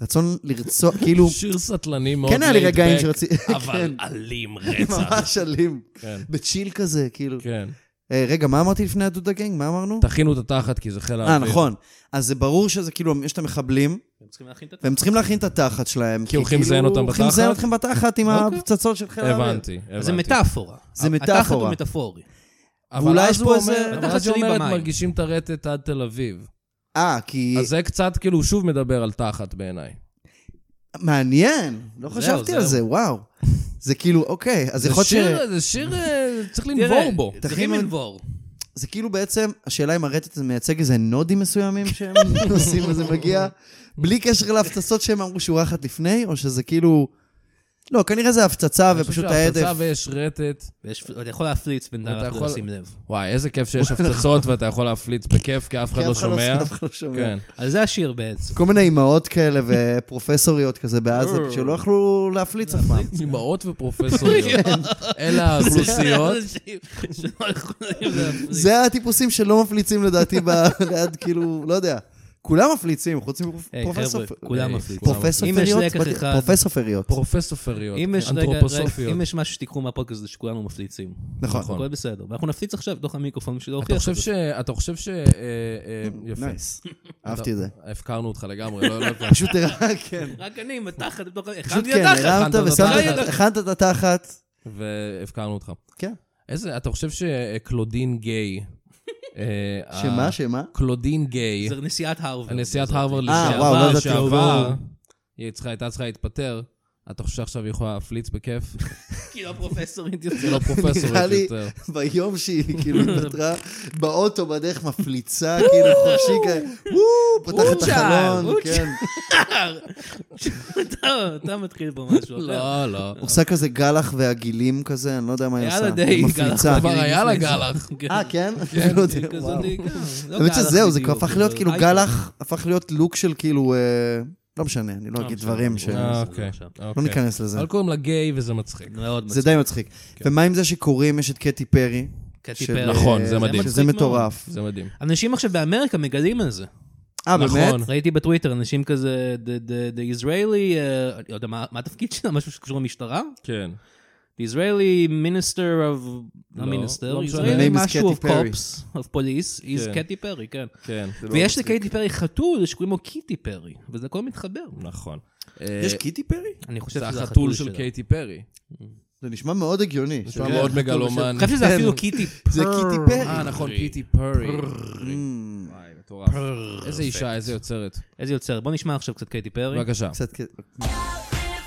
Speaker 4: הרצון לרצות, כאילו,
Speaker 2: שיר סטלני מאוד
Speaker 4: כן היה לי רגעים שרציתי...
Speaker 2: אבל אלים רצח.
Speaker 4: כן. ממש אלים.
Speaker 2: כן.
Speaker 4: בצ'יל כזה, כאילו.
Speaker 2: כן.
Speaker 4: אה, רגע, מה אמרתי לפני הדודה גנג? מה אמרנו?
Speaker 2: תכינו את התחת כי זה חיל
Speaker 4: אה,
Speaker 2: האוויר.
Speaker 4: נכון. אז זה ברור שזה כאילו, יש את המחבלים,
Speaker 3: הם צריכים להכין את התחת.
Speaker 4: והם צריכים להכין את התחת שלהם. כי
Speaker 2: הולכים
Speaker 4: כאילו,
Speaker 2: לזיין אותם
Speaker 4: הולכים
Speaker 2: בתחת?
Speaker 4: לזיין אתכם בתחת עם
Speaker 3: אוקיי.
Speaker 4: הפצצות של חיל האוויר.
Speaker 2: הבנתי, הבנתי.
Speaker 3: אז זה מטאפורה.
Speaker 4: זה
Speaker 3: התחת הוא
Speaker 4: מטאפורה.
Speaker 3: מטאפורי.
Speaker 2: אבל
Speaker 4: ואולי
Speaker 2: אז
Speaker 4: יש
Speaker 2: הוא
Speaker 4: פה
Speaker 2: אומר-
Speaker 4: איזה-
Speaker 2: אבל
Speaker 3: התחת
Speaker 2: אז היא
Speaker 3: שלי
Speaker 2: אומרת,
Speaker 3: במים.
Speaker 2: מרגישים את הרטט עד תל אביב.
Speaker 4: אה, כי...
Speaker 2: אז זה קצת, כאילו, הוא שוב מדבר על תחת בעיניי.
Speaker 4: מעניין, לא
Speaker 3: זהו,
Speaker 4: חשבתי על
Speaker 3: זהו.
Speaker 4: זה, וואו. זה כאילו, אוקיי, אז יכול להיות ש...
Speaker 2: שיר, זה שיר, אה, צריך לנבור בו.
Speaker 3: צריכים
Speaker 4: תכינו-
Speaker 3: לנבור.
Speaker 4: זה כאילו בעצם, השאלה אם הרטט הזה מייצג איזה נודים מסוימים שהם עושים וזה מגיע, בלי קשר להפצצות שהם אמרו שורה אחת לפני, או שזה כאילו... לא, כנראה זה הפצצה
Speaker 2: אני חושב
Speaker 4: ופשוט
Speaker 2: שהפצצה
Speaker 4: ההדף.
Speaker 2: ויש רטט.
Speaker 3: ויש- אתה יכול להפליץ בין
Speaker 2: אתה
Speaker 3: דרך
Speaker 2: יכול-
Speaker 3: לשים לב.
Speaker 2: וואי, איזה כיף שיש הפצצות ואתה יכול להפליץ בכיף, כי אף אחד
Speaker 4: נכון. כי
Speaker 2: לא
Speaker 4: אף אחד
Speaker 2: שומע.
Speaker 4: אף אחד לא שומע.
Speaker 2: כן.
Speaker 3: אז זה השיר בעצם.
Speaker 4: כל מיני אימהות כאלה ופרופסוריות כזה בעזה, שלא יכלו להפליץ אף פעם.
Speaker 2: אמהות ופרופסוריות.
Speaker 4: כן.
Speaker 2: אלה האוכלוסיות.
Speaker 3: שלא יכולים להפליץ.
Speaker 4: זה הטיפוסים שלא מפליצים לדעתי ב- ליד, כאילו, לא יודע. כולם מפליצים, חוץ
Speaker 3: היי,
Speaker 4: מפרופסור...
Speaker 3: חבר'ה, כולם
Speaker 2: היי,
Speaker 3: מפליצים.
Speaker 4: פרופסור
Speaker 3: אם יש
Speaker 4: פריות?
Speaker 3: לקח אחד-
Speaker 4: פרופסור פריות.
Speaker 2: פרופסופריות,
Speaker 3: אם יש, רגע, רגע,
Speaker 2: כן. אנתרופוסופיות.
Speaker 3: אם יש משהו שתיקחו מהפודקאסט זה שכולנו מפליצים.
Speaker 4: נכון.
Speaker 3: הכל בסדר. ואנחנו נפליץ עכשיו בתוך המיקרופון בשביל
Speaker 2: אתה
Speaker 3: להוכיח
Speaker 2: חושב
Speaker 3: את זה.
Speaker 2: ש... אתה חושב ש... אה, אה, יפה.
Speaker 4: נייס. אהבתי את זה.
Speaker 2: הפקרנו אותך לגמרי, לא לא הבנתי.
Speaker 4: פשוט הראה, כן.
Speaker 3: רק אני עם התחת בתוך...
Speaker 4: פשוט
Speaker 3: הכנתי
Speaker 4: כן,
Speaker 3: התחת.
Speaker 4: הרמת
Speaker 2: הכנת את
Speaker 4: ושמת,
Speaker 3: התחת.
Speaker 4: את- הכנת את התחת.
Speaker 2: והפקרנו אותך.
Speaker 4: כן.
Speaker 2: איזה... אתה חושב שקלודין גיי... אה, ה-
Speaker 4: שמה, שמה?
Speaker 2: קלודין גיי,
Speaker 3: זה נשיאת הרווארד.
Speaker 2: נשיאת
Speaker 3: זאת.
Speaker 2: הרווארד
Speaker 4: אה, וואו,
Speaker 2: לשעבר,
Speaker 4: לא ידעתי,
Speaker 2: לשעבר,
Speaker 4: לא.
Speaker 2: היא צריכה- הייתה צריכה להתפטר. אתה חושב שעכשיו היא יכולה להפליץ בכיף?
Speaker 3: כאילו הפרופסורית יוצאת.
Speaker 2: זה לא
Speaker 4: נראה לי
Speaker 2: פרופסורית יותר.
Speaker 4: ביום שהיא כאילו התפטרה, באוטו בדרך מפליצה, כאילו חופשי כזה, וואו, פותחת את
Speaker 3: אוצ'ה,
Speaker 4: החלון,
Speaker 3: אוצ'ה.
Speaker 4: כן.
Speaker 3: אתה- אתה מתחיל פה משהו. אוקיי? אחר.
Speaker 2: לא, לא.
Speaker 4: עושה כזה גלח והגילים כזה, אני לא יודע מה היא
Speaker 3: היה
Speaker 4: עושה.
Speaker 3: לה די
Speaker 4: מפליצה. כאילו.
Speaker 3: גלח.
Speaker 2: כבר היה לה
Speaker 3: לפני זה.
Speaker 2: גלח.
Speaker 4: אה, כן? לא יודע,
Speaker 3: זה כזה
Speaker 4: וואו.
Speaker 3: די- כן, לא
Speaker 4: האמת
Speaker 3: גלח
Speaker 4: שזהו, זה כבר
Speaker 3: בדיוק,
Speaker 4: הפך להיות
Speaker 3: אבל
Speaker 4: כאילו
Speaker 3: אייקון.
Speaker 4: גלח, הפך להיות לוק של כאילו, אה, לא משנה, אני לא אגיד דברים ש...
Speaker 2: אה,
Speaker 3: זה
Speaker 2: אוקיי,
Speaker 3: עכשיו.
Speaker 4: לא
Speaker 2: אוקיי.
Speaker 4: ניכנס לזה.
Speaker 2: אבל קוראים לה גיי וזה מצחיק.
Speaker 3: מאוד מצחיק.
Speaker 4: זה די מצחיק. ומה עם זה שקוראים, יש את כן. קטי פרי.
Speaker 3: קטי
Speaker 4: של-
Speaker 3: פרי.
Speaker 2: נכון, זה
Speaker 4: אה,
Speaker 2: מדהים.
Speaker 4: שזה
Speaker 3: מצחיק מאוד.
Speaker 4: מטורף.
Speaker 2: זה מדהים.
Speaker 3: אנשים עכשיו באמריקה מגלים על זה.
Speaker 4: אה, באמת?
Speaker 2: נכון.
Speaker 3: ראיתי בטוויטר אנשים כזה, the- the- the Israeli, אה, אני לא יודע מה מה התפקיד שלה, משהו שקשור למשטרה?
Speaker 2: כן.
Speaker 3: The Israeli minister of... לא
Speaker 2: לא,
Speaker 3: minister,
Speaker 2: לא משנה.
Speaker 3: Israeli
Speaker 4: The name is
Speaker 3: משהו of
Speaker 4: Katy Perry. לא
Speaker 3: cops, of police, is
Speaker 2: כן.
Speaker 3: קטי פרי, כן.
Speaker 2: כן.
Speaker 3: ויש לקטי פרי חתול שקוראים לו קיטי פרי, וזה הכל מתחבר.
Speaker 2: נכון.
Speaker 4: יש
Speaker 2: אה,
Speaker 4: קיטי פרי?
Speaker 3: אני חושב
Speaker 2: זה
Speaker 3: שזה
Speaker 2: החתול של קייטי פרי.
Speaker 4: זה נשמע מאוד הגיוני. כן,
Speaker 2: נשמע
Speaker 4: שזה
Speaker 2: מאוד
Speaker 4: החתול
Speaker 2: מגלומן.
Speaker 3: אני חושב
Speaker 4: כן.
Speaker 3: שזה אפילו קיטי פרי.
Speaker 4: זה קיטי פרי.
Speaker 2: אה, נכון, קיטי פרי. וואי, מטורף. איזה אישה, איזה יוצרת.
Speaker 3: איזה יוצר. בוא נשמע עכשיו קצת קטי פרי.
Speaker 2: בבקשה.
Speaker 4: של- קצת כ-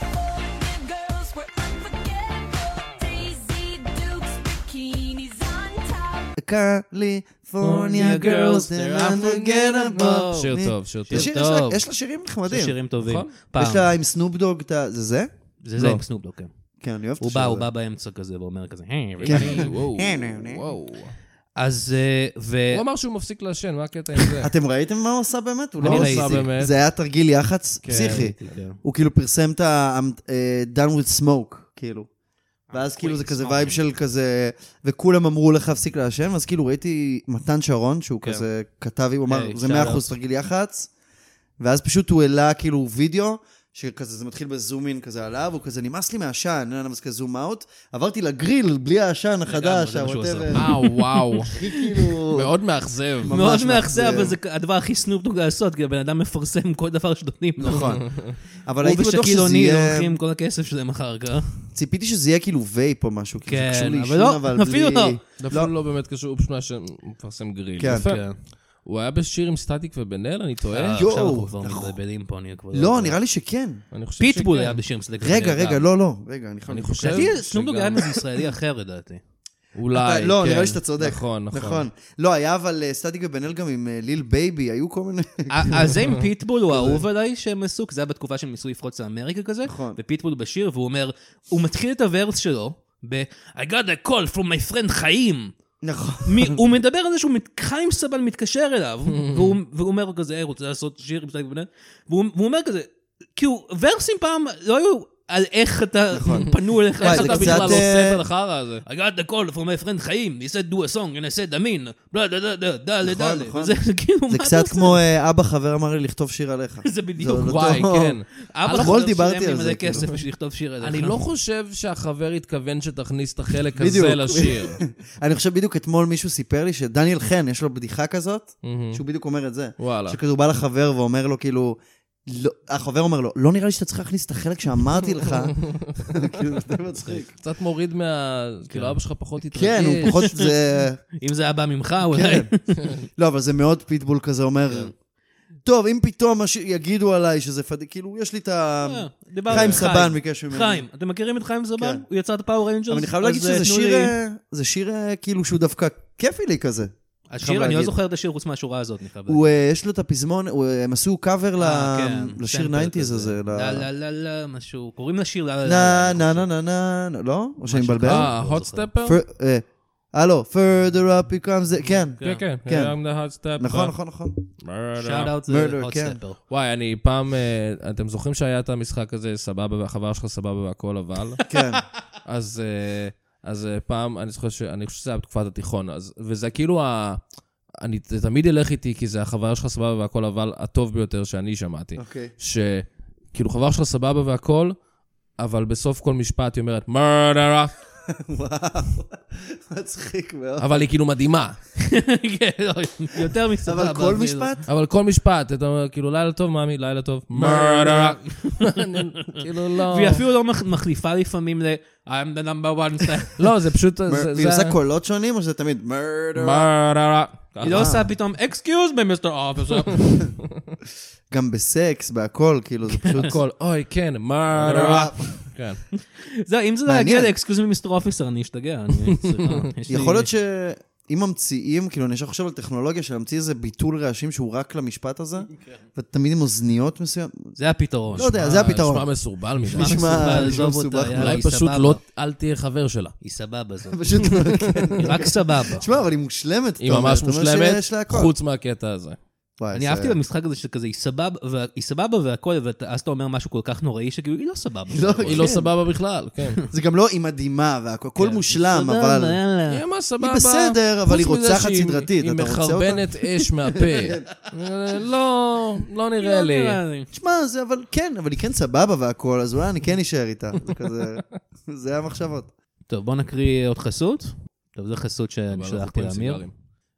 Speaker 5: Girls were unforgettable. Daisy Dukes, bikinis on top.
Speaker 4: California girls, they're unforgettable.
Speaker 2: שיר טוב, שיר
Speaker 4: יש
Speaker 2: טוב.
Speaker 4: שיר- יש לה-
Speaker 3: טוב.
Speaker 4: יש לה שירים
Speaker 3: זה
Speaker 4: נחמדים.
Speaker 3: שירים טובים.
Speaker 2: נכון.
Speaker 3: פעם.
Speaker 4: יש לה עם סנופ דוג את ה... זה זה?
Speaker 3: זה זה
Speaker 2: לא.
Speaker 3: עם סנופדו, כן.
Speaker 4: כן, אני אוהב את
Speaker 3: הוא
Speaker 4: השיר
Speaker 3: בא,
Speaker 4: הזה.
Speaker 3: הוא בא באמצע כזה ואומר כזה, "אה, היי,
Speaker 4: כן.
Speaker 3: everybody."
Speaker 2: וואו,
Speaker 4: כן.
Speaker 2: וואו.
Speaker 3: אז, אה, ו...
Speaker 4: לא
Speaker 2: הוא אמר שהוא מפסיק לעשן, מה הקטע עם זה?
Speaker 4: אתם ראיתם מה הוא עשה באמת? הוא
Speaker 2: אני
Speaker 4: לא
Speaker 2: ראיתי.
Speaker 4: הפסיק.
Speaker 2: באמת.
Speaker 4: זה היה תרגיל יח"צ פסיכי.
Speaker 2: ראיתי.
Speaker 3: כן.
Speaker 4: הוא כאילו פרסם את ה... אה, Done with smoke, כאילו.
Speaker 3: אה,
Speaker 4: ואז כאילו זה כזה וייב של כזה, וכולם אמרו לך להפסיק לעשן, ואז כאילו ראיתי מתן שרון, שהוא
Speaker 3: כן.
Speaker 4: כזה כתב, הוא אמר,
Speaker 3: היי,
Speaker 4: זה
Speaker 3: shout
Speaker 4: 100% תרגיל יח"צ, ואז פשוט הוא העלה כאילו וידאו, שכזה זה מתחיל בזום אין כזה עליו, הוא כזה נמאס לי מהעשן, אז כזה זום אאוט, עברתי לגריל בלי העשן החדש,
Speaker 3: זה מה שהוא
Speaker 4: ה-whatever."
Speaker 2: אה, וואו.
Speaker 4: הכי כאילו...
Speaker 2: מאוד מאכזב.
Speaker 4: ממש
Speaker 3: מאוד
Speaker 4: מאכזב.
Speaker 3: מאכזב, אבל זה הדבר הכי סנופדוג לעשות, כי הבן אדם מפרסם כל דבר שנותנים לו.
Speaker 4: נכון. אבל
Speaker 3: הוא
Speaker 4: הייתי בטוח
Speaker 3: ושקיל
Speaker 4: שזה
Speaker 3: אוניל
Speaker 4: יהיה...
Speaker 3: הולכים כל הכסף שלהם אחר כך.
Speaker 4: ציפיתי שזה יהיה כאילו וייפ או משהו, כאילו זה
Speaker 3: כן,
Speaker 4: קשור
Speaker 3: אבל
Speaker 4: לעישון,
Speaker 3: לא,
Speaker 4: אבל בלי...
Speaker 3: אפילו לא.
Speaker 2: אפילו לא באמת קשור, הוא פשוט מעשן, הוא מפרסם גריל.
Speaker 4: כן.
Speaker 2: יפה. הוא היה בשיר עם סטטיק ובן-אל, אני טועה?
Speaker 3: אה, עכשיו אנחנו
Speaker 4: יואו,
Speaker 3: כבר
Speaker 4: נכון.
Speaker 3: מתבלבלים פה, אני כבר...
Speaker 4: לא, נראה לי שכן.
Speaker 2: אני חושב שכן.
Speaker 3: פיטבול היה בשיר מסלק.
Speaker 4: רגע, רגע, לא, לא. רגע, אני
Speaker 2: אני
Speaker 4: חייב...
Speaker 2: חושב
Speaker 3: לדעתי סנופדוג היה
Speaker 2: שגם-
Speaker 3: איזה ישראלי אחר, לדעתי.
Speaker 2: אולי,
Speaker 4: אבל לא,
Speaker 2: כן.
Speaker 4: נראה לי שאתה צודק.
Speaker 2: נכון, נכון.
Speaker 4: נכון. לא, היה אבל אה, סטטיק ובן אל גם עם אה, ליל בייבי, היו כל מיני...
Speaker 3: אה, אז זה עם פיטבול הוא האהוב עליי שהם עשו, כי זה היה בתקופה שהם ניסו לפרוץ לאמריקה כזה,
Speaker 4: נכון.
Speaker 3: ופיטבול בשיר, והוא אומר, הוא מתחיל את הוורס שלו ב- I got a call from my friend חיים.
Speaker 4: נכון.
Speaker 3: מי- הוא מדבר על זה שהוא מת- חיים סבן מתקשר אליו, והוא והוא אומר כזה, היי, רוצה לעשות שיר עם סטייק ובנט? והוא והוא אומר כזה, כאילו, ורסים פעם לא היו על איך אתה, פנו אליך,
Speaker 4: נכון. וואי,
Speaker 3: איך
Speaker 2: אז
Speaker 4: זה
Speaker 3: אתה
Speaker 2: אתה
Speaker 4: קצת,
Speaker 2: בכלל
Speaker 4: אה,
Speaker 3: בכלל...
Speaker 2: עושה את החרא הזה.
Speaker 3: I got the call from my friend חיים, he said do a song and I said אמין, בלה דה דה דה דה דה דה,
Speaker 4: נכון.
Speaker 3: וזה כאילו, מה
Speaker 4: זה
Speaker 3: אתה
Speaker 4: קצת
Speaker 3: עושה?
Speaker 4: כמו אה, אבא חבר אמר לי לכתוב שיר עליך. לא
Speaker 3: זה בדיוק,
Speaker 4: עוד אותו-
Speaker 2: וואי, כן.
Speaker 3: אבא
Speaker 4: אתמול
Speaker 3: חבר
Speaker 4: נכון. דיברתי
Speaker 3: שילם לי
Speaker 4: על
Speaker 3: מלא
Speaker 4: זה, כאילו.
Speaker 3: כסף בשביל לכתוב שיר עליך.
Speaker 2: אני לא חושב שהחבר התכוון שתכניס את החלק
Speaker 4: בדיוק.
Speaker 2: הזה לשיר.
Speaker 4: אני חושב בדיוק אתמול מישהו סיפר לי שדניאל חן, יש לו בדיחה כזאת,
Speaker 2: מהמם.
Speaker 4: שהוא בדיוק אומר את זה.
Speaker 2: וואלה.
Speaker 4: שכזה הוא בא לחבר ואומר לו כאילו, לא, החבר אומר לו, לא נראה לי שאתה צריך להכניס את החלק שאמרתי לך. כאילו, זה די מצחיק.
Speaker 2: קצת מוריד מה... כאילו, אבא שלך פחות התרגש.
Speaker 4: כן, הוא פחות, זה...
Speaker 3: אם זה היה בא ממך, אולי...
Speaker 4: כן. לא, אבל זה מאוד פיטבול כזה אומר,
Speaker 3: כן.
Speaker 4: טוב, אם פתאום מש- יגידו עליי שזה פד... כאילו, יש לי את ה...
Speaker 3: אה, דיברנו
Speaker 4: חיים
Speaker 3: עם
Speaker 4: סבן ביקש ממני.
Speaker 3: חיים, אתם מכירים את חיים זבן?
Speaker 4: כן.
Speaker 3: הוא יצר את הפאור ריינג'רס.
Speaker 4: אבל אני חייב
Speaker 3: אז,
Speaker 4: להגיד
Speaker 3: אה,
Speaker 4: שזה
Speaker 3: תנו
Speaker 4: שיר,
Speaker 3: לי-
Speaker 4: אה, זה שיר אה, כאילו שהוא דווקא כיפי לי כזה. חייב
Speaker 3: השיר, אני לא
Speaker 4: להגיד.
Speaker 3: זוכר את השיר חוץ מהשורה הזאת, אני חייב להגיד.
Speaker 4: הוא, אה, יש לו את הפזמון, הוא, אה, הם עשו קאבר ל-
Speaker 3: אה, כן,
Speaker 4: לשיר
Speaker 3: סמפל
Speaker 4: 90's הזה.
Speaker 3: כזה.
Speaker 4: ל-
Speaker 3: לה לה לה לה, משהו. קוראים לשיר לה לה
Speaker 4: נה
Speaker 3: לה.
Speaker 4: נה נה נה נה, נה, לא? או שאני
Speaker 3: משהו
Speaker 4: מבלבל?
Speaker 3: כזה.
Speaker 2: אה, hot stepper?
Speaker 4: פר- אה, הלו, further up becomes
Speaker 3: Mm,
Speaker 4: the... כן,
Speaker 2: כן, כן.
Speaker 4: כן.
Speaker 2: I'm the hot stepper.
Speaker 4: נכון, נכון, נכון.
Speaker 3: שאט אאוט זה
Speaker 4: Murder,
Speaker 3: hot
Speaker 4: כן.
Speaker 3: stepper.
Speaker 2: וואי, אני פעם... אה, אתם זוכרים שהיה את המשחק הזה, סבבה, והחבר שלך סבבה והכל, אבל...
Speaker 4: כן.
Speaker 2: אז, אה, אז אה, פעם, אני זוכר ש... אני חושב שזה היה בתקופת התיכון, אז, וזה כאילו ה... אני, זה תמיד ילך איתי, כי זה החבר שלך סבבה והכל, אבל הטוב ביותר שאני שמעתי.
Speaker 4: אוקיי.
Speaker 2: שכאילו חבר שלך סבבה והכל, אבל בסוף כל משפט היא אומרת, מרדרה,
Speaker 4: אוקיי. וואו, מצחיק מאוד.
Speaker 2: אבל היא כאילו מדהימה.
Speaker 3: כן, לא, יותר מסבבה.
Speaker 4: אבל כל
Speaker 3: אפילו.
Speaker 4: משפט?
Speaker 2: אבל כל משפט, אתה אומר, כאילו, לילה טוב, מאמי, לילה טוב, מרדרה. כאילו, לא...
Speaker 3: והיא אפילו לא מח- מחליפה לפעמים ל- I'm the number one step.
Speaker 2: לא, זה פשוט... זה-
Speaker 4: היא
Speaker 2: זה-
Speaker 4: עושה קולות שונים, או שזה תמיד murder?
Speaker 2: מרדרה.
Speaker 3: היא לא עושה פתאום אקסקיוז במיסטר אופסר.
Speaker 4: גם בסקס, בהכל, כאילו, זה פשוט...
Speaker 2: הכל, אוי, כן, מרדרה. כן.
Speaker 3: זהו, אם זה לא
Speaker 4: מעניין.
Speaker 3: יגיע לאקסקיוז ממיסטר אופסר, אני אשתגע. אני- סליחה, יש לי-
Speaker 4: יכול להיות שאם ממציאים, כאילו, אני ישר חושב על טכנולוגיה של להמציא איזה ביטול רעשים שהוא רק למשפט הזה, ותמיד עם אוזניות מסוים,
Speaker 3: זה הפתרון.
Speaker 4: לא יודע, זה
Speaker 2: אה, נשמע
Speaker 4: הפתרון.
Speaker 2: מסורבל מדי.
Speaker 4: נשמע-
Speaker 3: מסובך,
Speaker 4: נשמע
Speaker 3: עזוב
Speaker 4: מסובך
Speaker 3: אותה,
Speaker 4: מאוד.
Speaker 3: יאללה,
Speaker 2: אולי
Speaker 3: היא
Speaker 2: פשוט
Speaker 3: סבבה.
Speaker 2: לא, אל תהיה חבר שלה.
Speaker 3: היא סבבה זאת.
Speaker 4: פשוט,
Speaker 3: היא רק סבבה.
Speaker 4: תשמע, אבל היא מושלמת.
Speaker 2: היא
Speaker 4: אתה אומר,
Speaker 2: ממש
Speaker 4: אתה אומר
Speaker 2: מושלמת,
Speaker 4: שיש לה הכל.
Speaker 2: חוץ מהקטע הזה.
Speaker 4: וואי,
Speaker 3: אני
Speaker 4: זה-
Speaker 2: אה,
Speaker 3: אהבתי במשחק הזה שכזה, היא סבבה, וה- היא סבבה והכל, ואז אתה אומר משהו כל כך נוראי, שכאילו, היא לא סבבה.
Speaker 4: לא,
Speaker 2: היא לא סבבה בכלל, כן.
Speaker 4: זה גם לא, היא מדהימה, והכל
Speaker 3: כן.
Speaker 4: מושלם,
Speaker 3: סבבה,
Speaker 4: אבל...
Speaker 3: יאללה.
Speaker 2: היא ממש סבבה.
Speaker 4: בסדר, אבל
Speaker 2: חוץ
Speaker 4: היא
Speaker 2: מזה
Speaker 4: רוצחת
Speaker 2: שהיא-
Speaker 4: סדרתית,
Speaker 2: היא
Speaker 4: אתה רוצה אותה?
Speaker 2: מחרבנת אש מהפה. אה, לא, לא נראה לי.
Speaker 4: תשמע, זה אבל כן, אבל היא כן סבבה והכל, אז אולי אני כן אשאר איתה. זה כזה... זה המחשבות.
Speaker 3: טוב, בוא נקריא עוד חסות. טוב, זו חסות שאני
Speaker 2: אבל אנחנו
Speaker 3: שלחתי
Speaker 2: פה עם
Speaker 3: לאמיר.
Speaker 2: סיגרים.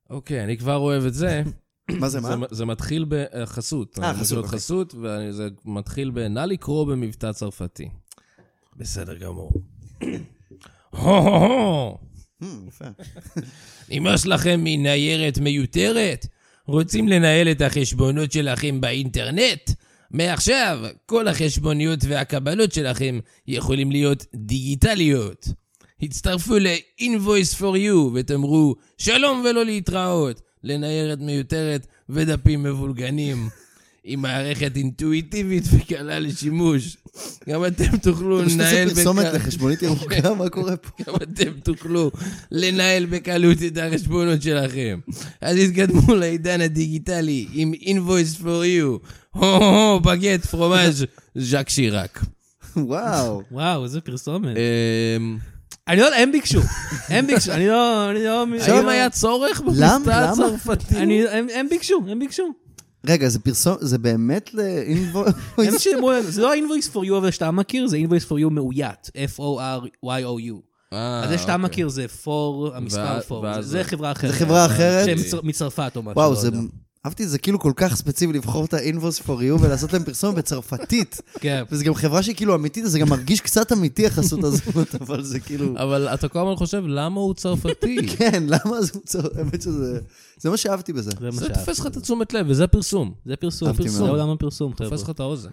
Speaker 2: אוקיי, אני כבר אוהב את זה.
Speaker 4: מה זה, מה?
Speaker 2: זה- זה מתחיל בחסות.
Speaker 4: אה, חסות, אוקיי.
Speaker 2: חסות, וזה מתחיל ב"נא לקרוא במבטא צרפתי". בסדר גמור. הו הו הו!
Speaker 4: Hmm, יפה.
Speaker 2: נמאס לכם מניירת מיותרת? רוצים לנהל את החשבונות שלכם באינטרנט? מעכשיו, כל החשבוניות והקבלות שלכם יכולים להיות דיגיטליות. הצטרפו ל-invoice for you ותאמרו שלום ולא להתראות לניירת מיותרת ודפים מבולגנים. עם מערכת אינטואיטיבית וקלה לשימוש. גם אתם תוכלו
Speaker 4: אתה פשוט עושה
Speaker 2: לנהל...
Speaker 4: פרסומת
Speaker 2: בקל-
Speaker 4: לחשבונית ירוקה, מה קורה פה?
Speaker 2: גם אתם תוכלו לנהל בקלות את החשבונות שלכם. אז התקדמו לעידן הדיגיטלי עם invoice for you. הו הו הו, בגט, פרומאז', ז'אק שיראק.
Speaker 4: וואו.
Speaker 3: וואו, איזה פרסומת.
Speaker 2: אמ,
Speaker 3: אני לא יודע, הם ביקשו. הם ביקשו, אני לא... אני לא... אני
Speaker 2: האם
Speaker 3: לא-
Speaker 2: היה צורך
Speaker 4: למה?
Speaker 2: במבטא הצרפתי?
Speaker 3: אני- הם- הם ביקשו, הם ביקשו.
Speaker 4: רגע, זה פרסום, זה באמת
Speaker 3: הם
Speaker 4: לאינבויס?
Speaker 3: שילמו לנו, זה לא ה-invoice for you אבל שאתה מכיר, זה invoice for you מאוית, F-O-R-Y-O-U.
Speaker 2: אה,
Speaker 3: אז זה שאתה
Speaker 2: אוקיי.
Speaker 3: מכיר זה for, המספר
Speaker 2: ואז-
Speaker 3: for,
Speaker 2: ואז-
Speaker 3: זה- זה חברה אחרת.
Speaker 4: זה חברה אחרת?
Speaker 3: שהם צר- מצרפת או משהו.
Speaker 4: וואו,
Speaker 3: לא
Speaker 4: זה...
Speaker 3: יודע.
Speaker 4: אהבתי, זה כאילו כל כך ספציפי לבחור את האינבויס פור יו ולעשות להם פרסום בצרפתית.
Speaker 3: כן.
Speaker 4: וזה גם חברה שהיא כאילו אמיתית, אז זה גם מרגיש קצת אמיתי החסות הזאת, אבל זה כאילו...
Speaker 2: אבל אתה כל הזמן חושב, למה הוא צרפתי?
Speaker 4: כן, למה זה מוצר? האמת שזה... זה מה שאהבתי בזה.
Speaker 3: זה מה
Speaker 2: זה
Speaker 3: שאהבתי.
Speaker 2: תופס לך את התשומת לב, וזה הפרסום.
Speaker 3: זה פרסום,
Speaker 4: אהבתי
Speaker 3: פרסום,
Speaker 4: מאוד.
Speaker 3: זה עולם הפרסום, חבר'ה.
Speaker 2: תופס לך את האוזן.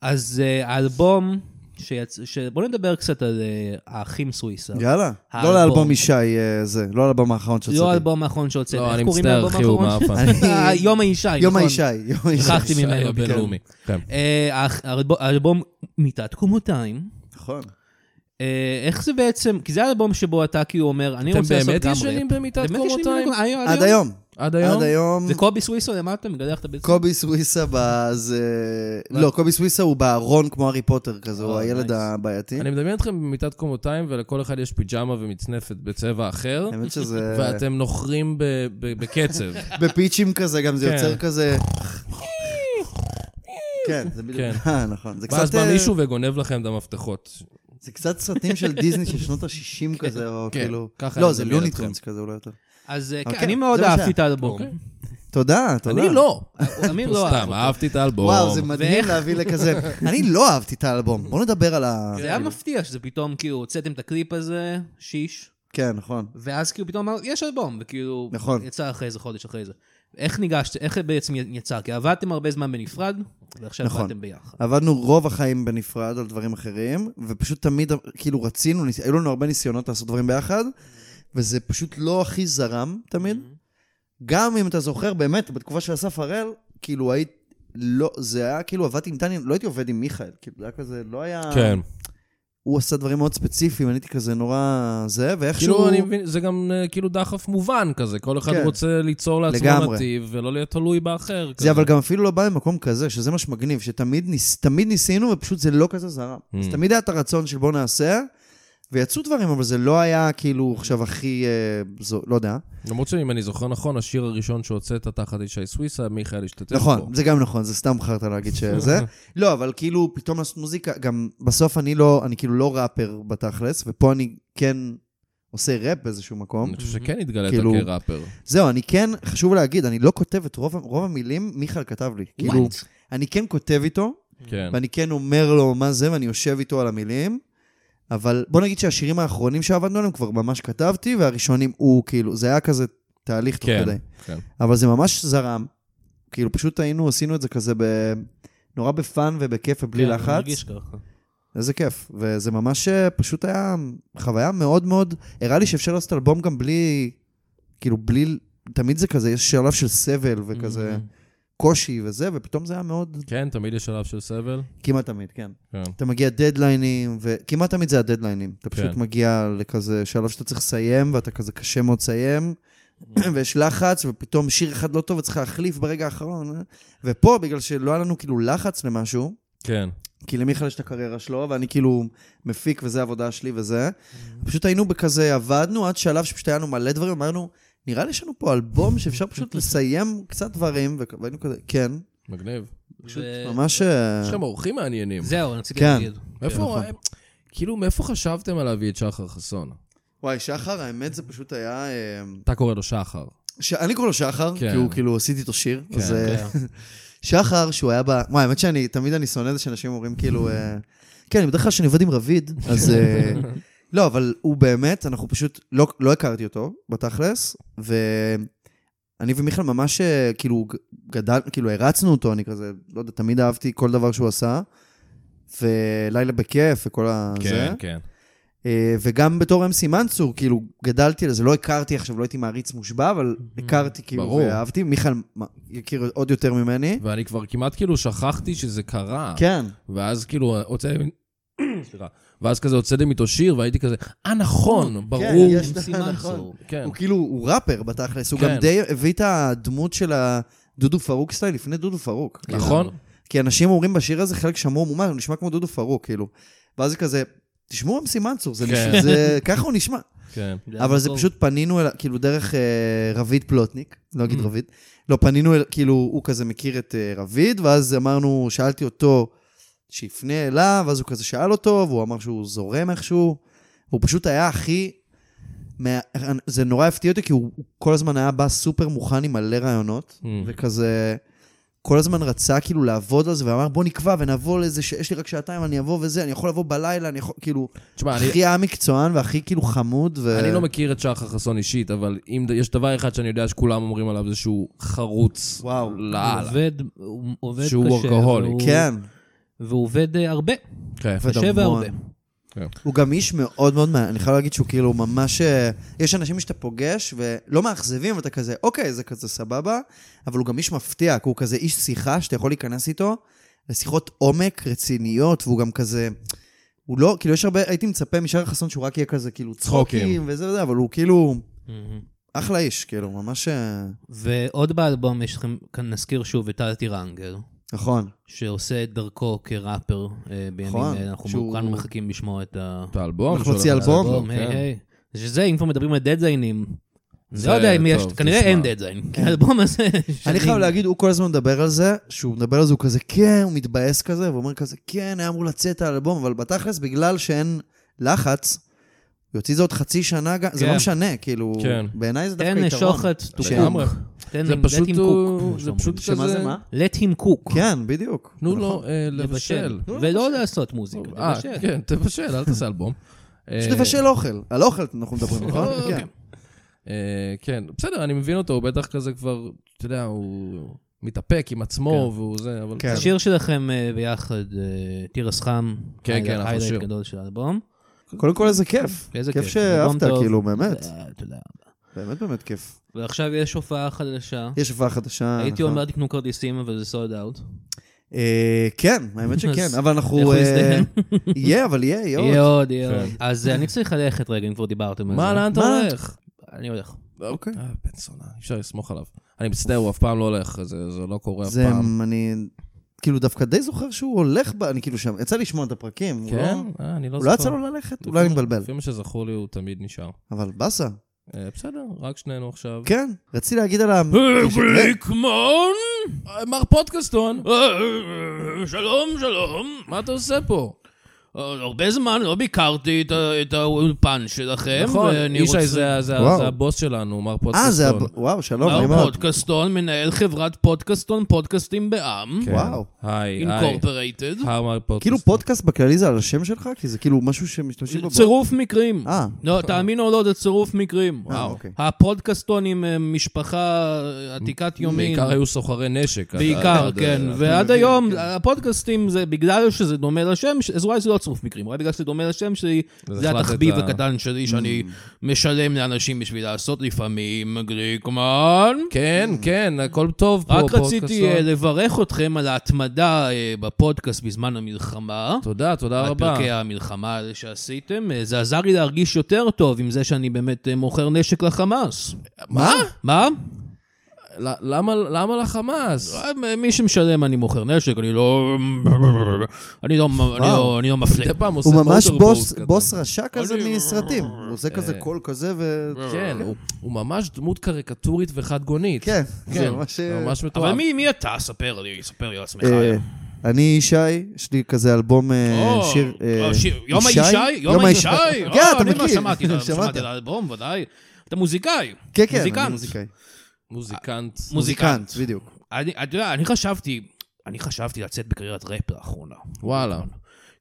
Speaker 3: אז אה, האלבום, שיצ- ש- בוא נדבר קצת על אה, האחים סוויסה.
Speaker 4: יאללה. לא
Speaker 3: האלבום.
Speaker 4: לאלבום ישי אה, זה, לא לאלבום האחרון שהוצאתי.
Speaker 3: לא האלבום האחרון שהוצאת.
Speaker 2: לא,
Speaker 3: איך
Speaker 2: אני
Speaker 3: קוראים
Speaker 2: מצטער,
Speaker 3: לאלבום
Speaker 2: אחי, הוא
Speaker 3: האחרון?
Speaker 2: מעפן.
Speaker 3: אה, יום האישה, נכון.
Speaker 4: יום האישי, יום האישי.
Speaker 3: שכחתי
Speaker 2: שי
Speaker 3: ממנו.
Speaker 2: הבינלאומי. כן.
Speaker 3: אה, האח- האלבום- האלבום מיטת קומותיים.
Speaker 4: נכון.
Speaker 3: אה, איך זה בעצם, כי זה האלבום שבו אתה כאילו אומר, אני
Speaker 2: אתם
Speaker 3: רוצה לעשות גם ראפ.
Speaker 2: באמת ישנים במיטת
Speaker 3: באמת ישנים
Speaker 2: קומותיים?
Speaker 3: במיטת קומותיים?
Speaker 4: עד היום.
Speaker 2: עד היום?
Speaker 4: עד היום.
Speaker 3: זה קובי סוויסו למטה, מגדח את הבית סוויסו.
Speaker 4: קובי סוויסה בזה... לא, קובי סוויסה הוא בארון כמו הארי פוטר כזה, הוא
Speaker 3: אה,
Speaker 4: הילד
Speaker 3: nice.
Speaker 4: הבעייתי.
Speaker 2: אני מדמיין אתכם במיטת קומותיים, ולכל אחד יש פיג'מה ומצנפת בצבע אחר,
Speaker 4: האמת שזה...
Speaker 2: ואתם נוחרים ב- ב- בקצב.
Speaker 4: בפיצ'ים כזה, גם זה
Speaker 2: כן.
Speaker 4: יוצר כזה... כן, זה בדיוק...
Speaker 2: כן.
Speaker 4: אה, נכון. זה
Speaker 2: ואז
Speaker 4: קצת...
Speaker 2: בא
Speaker 4: אה,
Speaker 2: מישהו וגונב לכם את המפתחות.
Speaker 4: זה קצת סרטים של דיסני של שנות ה-60 כזה, או
Speaker 2: כן,
Speaker 4: כאילו...
Speaker 2: ככה
Speaker 4: לא,
Speaker 2: אני
Speaker 4: זה
Speaker 2: מדמיין
Speaker 4: לוניטונס
Speaker 2: אתכם.
Speaker 4: כזה, אולי יותר.
Speaker 3: אז אה,
Speaker 4: אוקיי,
Speaker 3: כן, אני מאוד
Speaker 4: זה מה
Speaker 3: אהבתי
Speaker 4: שהיה.
Speaker 3: את האלבום.
Speaker 4: תודה, תודה.
Speaker 2: אני לא.
Speaker 3: אמיר לא אהב
Speaker 2: אוקיי. סתם,
Speaker 3: אותו.
Speaker 2: אהבתי את האלבום.
Speaker 4: וואו, זה מדהים להביא לכזה... אני לא אהבתי את האלבום, בוא נדבר על
Speaker 2: אה,
Speaker 4: ה...
Speaker 3: זה היה מפתיע שזה פתאום, כאילו, הוצאתם את הקליפ הזה, שיש,
Speaker 4: כן, נכון.
Speaker 3: ואז כאילו פתאום אמר, יש אלבום, וכאילו,
Speaker 4: נכון.
Speaker 3: יצא אחרי זה, חודש אחרי זה. איך ניגשת, איך בעצם יצא? כי עבדתם הרבה זמן בנפרד, ועכשיו
Speaker 4: נכון.
Speaker 3: עבדתם ביחד.
Speaker 4: עבדנו רוב החיים בנפרד על דברים אחרים, ופשוט תמיד, כאילו, רצינו, ניס- היו לנו הרבה ניסיונות לעשות דברים ביחד, וזה פשוט לא הכי זרם תמיד. גם אם אתה זוכר, באמת, בתקופה של אסף הראל, כאילו, היית... לא, זה היה כאילו, עבדתי עם טניה, לא הייתי עובד עם מיכאל, כאילו, זה היה כזה, לא היה...
Speaker 2: כן.
Speaker 4: הוא עשה דברים מאוד ספציפיים, אני הייתי כזה נורא זה, ואיכשהו...
Speaker 2: כאילו, אני מבין, זה גם אה, כאילו דחף מובן כזה, כל אחד
Speaker 4: כן.
Speaker 2: רוצה ליצור לעצמו
Speaker 4: לגמרי.
Speaker 2: נתיב, ולא להיות תלוי באחר.
Speaker 4: זה
Speaker 2: כזה.
Speaker 4: אבל גם אפילו לא בא ממקום כזה, שזה מה שמגניב, שתמיד ניס, תמיד ניסינו ופשוט זה לא כזה זרם. אז תמיד היה את הרצון של בוא נעשה, ויצאו דברים, אבל זה לא היה כאילו עכשיו הכי, אה, זו, לא יודע.
Speaker 2: למרות שאם אני זוכר נכון, השיר הראשון שהוצאת תחת ישי סוויסה, מיכאל השתתף בו.
Speaker 4: נכון, זה גם נכון, זה סתם חרטא להגיד שזה. לא, אבל כאילו פתאום לעשות מוזיקה, גם בסוף אני לא, אני כאילו לא ראפר בתכלס, ופה אני כן עושה ראפ באיזשהו מקום.
Speaker 2: אני חושב שכן התגלית
Speaker 4: כאילו-
Speaker 2: כראפר.
Speaker 4: זהו, אני כן, חשוב להגיד, אני לא כותב את רוב, רוב המילים, מיכאל כתב לי. כאילו, אני כן כותב איתו,
Speaker 2: כן.
Speaker 4: ואני כן אומר לו מה זה, ואני יושב איתו על המילים. אבל בוא נגיד שהשירים האחרונים שעבדנו עליהם כבר ממש כתבתי, והראשונים הוא כאילו, זה היה כזה תהליך תוך
Speaker 2: כן,
Speaker 4: כדי.
Speaker 2: כן.
Speaker 4: אבל זה ממש זרם. כאילו פשוט היינו, עשינו את זה כזה ב... נורא בפאן ובכיף ובלי
Speaker 3: כן, אני
Speaker 4: לחץ.
Speaker 3: מרגיש ככה.
Speaker 4: איזה כיף. וזה ממש אה, פשוט היה חוויה מאוד מאוד, הראה לי שאפשר לעשות אלבום גם בלי, כאילו בלי, תמיד זה כזה, יש שלב של סבל וכזה
Speaker 2: Mm-hmm.
Speaker 4: קושי וזה, ופתאום זה היה מאוד,
Speaker 2: כן, תמיד יש שלב של סבל.
Speaker 4: כמעט תמיד, כן.
Speaker 2: כן.
Speaker 4: אתה מגיע דדליינים, וכמעט תמיד זה הדדליינים. אתה פשוט
Speaker 2: כן.
Speaker 4: מגיע לכזה שלב שאתה צריך לסיים, ואתה כזה קשה מאוד לסיים, ויש לחץ, ופתאום שיר אחד לא טוב וצריך להחליף ברגע האחרון. אה? ופה, בגלל שלא היה לנו כאילו לחץ למשהו,
Speaker 2: כן.
Speaker 4: כי למיכאל יש את הקריירה שלו, ואני כאילו מפיק, וזה העבודה שלי וזה, פשוט היינו בכזה, עבדנו עד שלב שפשוט היה לנו מלא דברים, אמרנו, נראה לי יש לנו פה אלבום שאפשר פשוט לסיים קצת דברים, וכ- והיינו כזה, כן,
Speaker 2: מגניב.
Speaker 3: פשוט
Speaker 4: ממש... אה,
Speaker 2: יש לכם אורחים מעניינים.
Speaker 3: זהו, רציתי
Speaker 4: כן.
Speaker 3: להגיד.
Speaker 2: איפה, כאילו, מאיפה חשבתם על להביא את שחר חסון?
Speaker 4: וואי, שחר, האמת זה פשוט היה... אה,
Speaker 2: אתה קורא לו שחר.
Speaker 4: ש... אני קורא לו שחר,
Speaker 2: כן.
Speaker 4: כי הוא כאילו עשיתי איתו שיר.
Speaker 2: כן,
Speaker 4: אז, אה, שחר, שהוא היה ב... וואי, האמת שאני, תמיד אני שונא את זה שאנשים אומרים כאילו... אה, כן, אני בדרך כלל כשאני עובד עם רביד, אז... אה, לא, אבל הוא באמת, אנחנו פשוט, לא, לא הכרתי אותו בתכלס, ואני ומיכאל ממש אה, כאילו ג- גדל, כאילו הרצנו אותו, אני כזה, לא יודע, תמיד אהבתי כל דבר שהוא עשה, ולילה בכיף וכל ה... זה.
Speaker 2: כן, כן.
Speaker 4: אה, וגם בתור אמסי מנצור, כאילו, גדלתי על זה, לא הכרתי עכשיו, לא הייתי מעריץ מושבע, אבל הכרתי, כאילו,
Speaker 2: ברור.
Speaker 4: ואהבתי. מיכאל מ- יכיר עוד יותר ממני.
Speaker 2: ואני כבר כמעט כאילו שכחתי שזה קרה.
Speaker 4: כן.
Speaker 2: ואז כאילו הוצאתם... סליחה. ואז כזה הוצאתם איתו שיר, והייתי כזה, אה, נכון, ברור.
Speaker 4: כן, יש
Speaker 3: עם
Speaker 4: לה-
Speaker 3: סימן
Speaker 4: נכון.
Speaker 3: צור.
Speaker 2: כן.
Speaker 4: הוא כאילו, הוא ראפר בתכלס, הוא
Speaker 2: כן.
Speaker 4: גם די הביא את הדמות של הדודו פרוק סטייל לפני דודו פרוק. כאילו.
Speaker 2: נכון?
Speaker 4: כי אנשים אומרים בשיר הזה, חלק שמעו מומה, הוא נשמע כמו דודו פרוק, כאילו. ואז זה כזה, תשמעו אמסי מנצור, זה
Speaker 2: כן.
Speaker 4: נשמע- זה- ככה הוא נשמע.
Speaker 2: כן.
Speaker 4: אבל זה פשוט פנינו אליו, כאילו דרך אה, רביד פלוטניק, לא
Speaker 2: Mm.
Speaker 4: אגיד רביד, לא, פנינו, אל- כאילו, הוא כזה מכיר את אה, רביד, ואז אמרנו, שאלתי אותו שיפנה אליו, אז הוא כזה שאל אותו, והוא אמר שהוא זורם איכשהו, הוא פשוט היה הכי... מה- זה נורא הפתיע אותי, כי הוא הוא כל הזמן היה בא סופר מוכן עם מלא רעיונות,
Speaker 2: Mm.
Speaker 4: וכזה... כל הזמן רצה כאילו לעבוד על זה, ואמר, בוא נקבע ונבוא לזה, שיש לי רק שעתיים, אני אבוא וזה, אני יכול לבוא בלילה, אני יכול, כאילו,
Speaker 2: תשמע, אני...
Speaker 4: הכי היה מקצוען והכי כאילו חמוד, ו...
Speaker 2: אני לא מכיר את שחר חסון אישית, אבל אם ד- יש דבר אחד שאני יודע שכולם אומרים עליו זה שהוא חרוץ
Speaker 4: וואו.
Speaker 2: לאללה.
Speaker 3: עובד, הוא עובד קשה.
Speaker 2: שהוא workaholic.
Speaker 3: והוא-
Speaker 4: כן.
Speaker 3: והוא עובד אה, הרבה,
Speaker 2: כן.
Speaker 4: ו-
Speaker 3: קשה
Speaker 4: המון.
Speaker 3: והרבה.
Speaker 4: הוא גם איש מאוד מאוד מעניין, אני חייב להגיד שהוא כאילו ממש... אה, יש אנשים שאתה פוגש ולא מאכזבים, ואתה כזה, אוקיי, זה כזה סבבה, אבל הוא גם איש מפתיע, כי הוא כזה איש שיחה שאתה יכול להיכנס איתו לשיחות עומק רציניות, והוא גם כזה... הוא לא, כאילו, יש הרבה, הייתי מצפה משאר חסון שהוא רק יהיה כזה, כאילו,
Speaker 2: צחוקים.
Speaker 4: צחוקים וזה וזה, אבל הוא כאילו... אחלה איש, כאילו, ממש... אה,
Speaker 3: ועוד באלבום יש לכם, כאן נזכיר שוב את טל טירנגר,
Speaker 4: נכון.
Speaker 3: שעושה את דרכו כראפר אה, בימים
Speaker 4: נכון,
Speaker 3: אלה, אנחנו
Speaker 4: שהוא-
Speaker 3: כולנו מחכים לשמוע את ה...
Speaker 2: את האלבום.
Speaker 4: אנחנו נוציא
Speaker 2: שהולך
Speaker 4: אלבום?
Speaker 2: לעלות,
Speaker 3: בום, היי,
Speaker 2: כן.
Speaker 3: היי. שזה, אם כבר מדברים על דדליינים, אני
Speaker 2: זה
Speaker 3: לא יודע אם יש,
Speaker 2: טוב,
Speaker 3: כנראה
Speaker 2: תשמע.
Speaker 3: אין דדליין, כי האלבום הזה...
Speaker 4: אני
Speaker 3: שנים.
Speaker 4: חייב להגיד, הוא כל הזמן מדבר על זה, שהוא מדבר על זה, הוא כזה, כן, הוא מתבאס כזה, והוא אומר כזה, כן, היה אמור לצאת האלבום, אבל בתכלס, בגלל שאין לחץ, יוציא זה עוד חצי שנה, גם- זה
Speaker 3: כן.
Speaker 4: לא משנה, כאילו,
Speaker 2: כן.
Speaker 4: בעיניי זה דווקא
Speaker 3: תן
Speaker 4: יתרון.
Speaker 3: שוחט,
Speaker 2: לגמרי.
Speaker 3: תוקוק. תן,
Speaker 2: זה
Speaker 3: let
Speaker 2: פשוט
Speaker 3: him
Speaker 2: הוא-
Speaker 3: cook,
Speaker 2: זה
Speaker 3: כמו
Speaker 2: פשוט
Speaker 3: שאומרים.
Speaker 2: כזה...
Speaker 4: שמה זה מה?
Speaker 3: let him cook.
Speaker 4: כן, בדיוק.
Speaker 2: תנו
Speaker 4: זה נכון.
Speaker 2: לו אה, לבשל.
Speaker 3: ולא לעשות מוזיקה,
Speaker 2: אה,
Speaker 3: לבשל.
Speaker 2: כן, תבשל, אל תעשה אלבום.
Speaker 4: פשוט
Speaker 2: אה,
Speaker 4: לבשל אוכל. על אוכל אנחנו מדברים, נכון?
Speaker 2: אוקיי.
Speaker 4: כן.
Speaker 2: אה, כן, בסדר, אני מבין אותו, הוא בטח כזה כבר, אתה יודע, הוא מתאפק עם עצמו והוא זה, אבל...
Speaker 4: כן.
Speaker 2: בסדר.
Speaker 3: השיר שלכם אה, ביחד, אה, תירס חם,
Speaker 2: כן,
Speaker 3: היילייט-
Speaker 2: כן, אחלה
Speaker 3: היילייט
Speaker 2: שיר.
Speaker 3: גדול של האלבום.
Speaker 4: כן. קודם כל איזה כיף.
Speaker 3: איזה
Speaker 4: כיף
Speaker 3: כיף,
Speaker 4: שאהבת,
Speaker 3: אלבום טוב.
Speaker 4: כאילו, באמת.
Speaker 3: אה, תודה.
Speaker 4: באמת באמת כיף.
Speaker 3: ועכשיו יש הופעה חדשה.
Speaker 4: יש הופעה
Speaker 2: אה,
Speaker 4: חדשה.
Speaker 3: הייתי
Speaker 4: נכון?
Speaker 3: אומר תקנו כרטיסים, אבל זה סולד אאוט.
Speaker 4: אה, כן, האמת שכן,
Speaker 3: אז
Speaker 4: אבל אנחנו...
Speaker 3: איך הוא
Speaker 4: אה,
Speaker 3: יזדהן?
Speaker 4: יהיה, אבל יהיה, יהיה
Speaker 3: יהיה
Speaker 4: עוד.
Speaker 3: עוד, יהיה
Speaker 2: כן.
Speaker 3: עוד. אז אה, אני צריך ללכת רגע, אם כבר דיברתם על זה.
Speaker 2: מה, לאן אתה
Speaker 4: מה?
Speaker 2: הולך?
Speaker 3: אני הולך.
Speaker 2: אוקיי. בן זונה, אי אפשר לסמוך עליו. אני מצטער, הוא אף פעם לא הולך, זה זה לא קורה אף
Speaker 4: זה,
Speaker 2: פעם.
Speaker 4: אני... כאילו, דווקא די זוכר שהוא הולך, ב- אני כאילו שם, יצא לי לשמוע את הפרקים. הוא
Speaker 2: כן?
Speaker 4: לא-
Speaker 2: אה, אני לא
Speaker 4: הוא לא
Speaker 2: זוכר.
Speaker 4: יצא לו ללכת, אולי אני מבלבל.
Speaker 2: לפי מה שזכור לי, הוא תמיד נשאר.
Speaker 4: אבל באסה.
Speaker 2: אה, בסדר, רק שנינו עכשיו.
Speaker 4: כן, רציתי להגיד
Speaker 2: אה,
Speaker 4: על ה...
Speaker 2: גליקמן! מר פודקאסטון! אה, שלום, שלום. מה אתה עושה פה?
Speaker 3: הרבה זמן לא ביקרתי את האולפן שלכם.
Speaker 2: נכון, ישי זה זה-
Speaker 4: וואו.
Speaker 2: זה הבוס שלנו, מר
Speaker 4: אה, זה...
Speaker 2: פודקאסטון.
Speaker 4: הב- וואו, שלום, נעים מאוד.
Speaker 3: פודקאסטון, מנהל חברת פודקאסטון, פודקאסטים בעם.
Speaker 2: כן.
Speaker 4: וואו.
Speaker 2: היי, אה, היי.
Speaker 3: אינקורפרייטד.
Speaker 2: הרמר פודקאסט.
Speaker 4: כאילו פודקאסט בכללי זה על השם שלך? כי זה כאילו משהו שמשתמשים בו.
Speaker 3: צירוף מקרים.
Speaker 4: אה.
Speaker 3: לא, תאמינו או לא, זה צירוף מקרים.
Speaker 4: וואו. אוקיי.
Speaker 3: הפודקאסטונים הם אה, משפחה עתיקת יומין.
Speaker 2: בעיקר היו סוחרי נשק.
Speaker 3: בעיקר,
Speaker 2: עד- עד-
Speaker 3: כן.
Speaker 2: עד-
Speaker 3: ועד היום, הפודקאסטים זה בגלל שזה דומה לשם, ש- אז אולי זה לא צירוף מקרים, אולי בגלל שזה דומה לשם שלי,
Speaker 2: אז
Speaker 3: זה
Speaker 2: החלטת
Speaker 3: התחביב
Speaker 2: ה-
Speaker 3: הקטן שלי שאני משלם לאנשים בשביל לעשות לפעמים, גליקמן.
Speaker 2: כן, כן, הכל טוב פה,
Speaker 3: רק רציתי אה,
Speaker 2: פודקאסטון.
Speaker 3: לברך אתכם על ההתמדה אה, בפודקאסט בזמן המלחמה.
Speaker 2: תודה, תודה
Speaker 3: על
Speaker 2: רבה.
Speaker 3: פרקי המלחמה האלה שעשיתם. אה, זה עזר לי להרגיש יותר טוב עם זה שאני באמת אה, מוכר נשק לחמאס.
Speaker 4: מה?
Speaker 3: מה?
Speaker 2: ל- למה- למה לחמאס?
Speaker 3: אה, מי שמשלם אני מוכר נשק, אני לא... אני לא, אני לא, אני לא מפלה.
Speaker 2: מדי פעם עושה
Speaker 4: הוא ממש
Speaker 2: מוטרבורג
Speaker 4: בוס-
Speaker 2: כזה. אה.
Speaker 4: בוס רשע כזה מסרטים. הוא עושה כזה קול כזה ו...
Speaker 2: כן, הוא- הוא ממש דמות קריקטורית וחד גונית.
Speaker 4: כן,
Speaker 2: כן,
Speaker 4: זה ממש...
Speaker 2: זה ממש מטורף.
Speaker 3: אבל מי, מי אתה? ספר לי, ספר לי על עצמך.
Speaker 4: אה, אני ישי, יש לי כזה אלבום אה,
Speaker 3: או,
Speaker 4: שיר... אה,
Speaker 3: אה, שיר- יום האישי? יום האישי?
Speaker 4: כן,
Speaker 3: אה,
Speaker 4: אתה
Speaker 3: אני
Speaker 4: מכיר.
Speaker 3: שמעתי,
Speaker 4: שמעת.
Speaker 3: שמעתי על האלבום, ודאי. אתה מוזיקאי.
Speaker 4: כן, כן, אני
Speaker 3: מוזיקנט.
Speaker 4: מוזיקאי.
Speaker 2: מוזיקנט.
Speaker 3: מוזיקנט.
Speaker 4: בדיוק.
Speaker 3: אני, אתה יודע, אני חשבתי, אני חשבתי לצאת בקריירת ראפ לאחרונה.
Speaker 2: וואלה.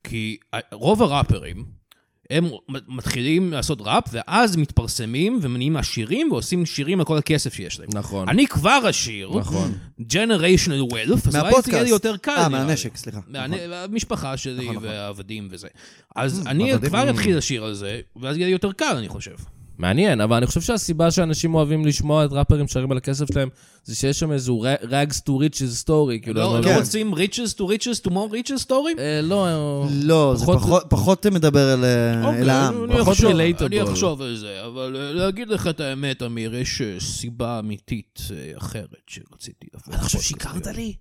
Speaker 3: כי אה, רוב הראפרים, הם מתחילים לעשות ראפ, ואז מתפרסמים ומניעים עשירים, ועושים שירים על כל הכסף שיש להם.
Speaker 2: נכון.
Speaker 3: אני כבר עשיר,
Speaker 2: נכון.
Speaker 3: Generational Wealth, אז אולי זה יהיה לי יותר קל.
Speaker 4: אה,
Speaker 3: נראה לי.
Speaker 4: מהנשק, סליחה.
Speaker 3: מהנ- המשפחה שלי
Speaker 4: נכון, נכון.
Speaker 3: והעבדים וזה. אז אני כבר אתחיל לשיר על זה, ואז יהיה לי יותר קל, אני חושב.
Speaker 2: מעניין, אבל אני חושב שהסיבה שאנשים אוהבים לשמוע את ראפרים שרים על הכסף שלהם, זה שיש שם איזו rags to riches story, כאילו...
Speaker 3: לא
Speaker 2: הם-
Speaker 3: לא
Speaker 4: כן.
Speaker 3: רוצים riches to riches to more riches story?
Speaker 2: אה, לא,
Speaker 4: לא, זה
Speaker 2: פחות-
Speaker 4: פחות- פחות מדבר אל אה, אל העם.
Speaker 3: אוקיי, אני
Speaker 2: פחות
Speaker 3: אחשוב-
Speaker 2: relatable.
Speaker 3: אני אחשוב על זה, אבל אה, להגיד לך את האמת, אמיר, יש אה, סיבה אמיתית אה, אחרת שרציתי לבוא. אתה חושב ששיקרת לי?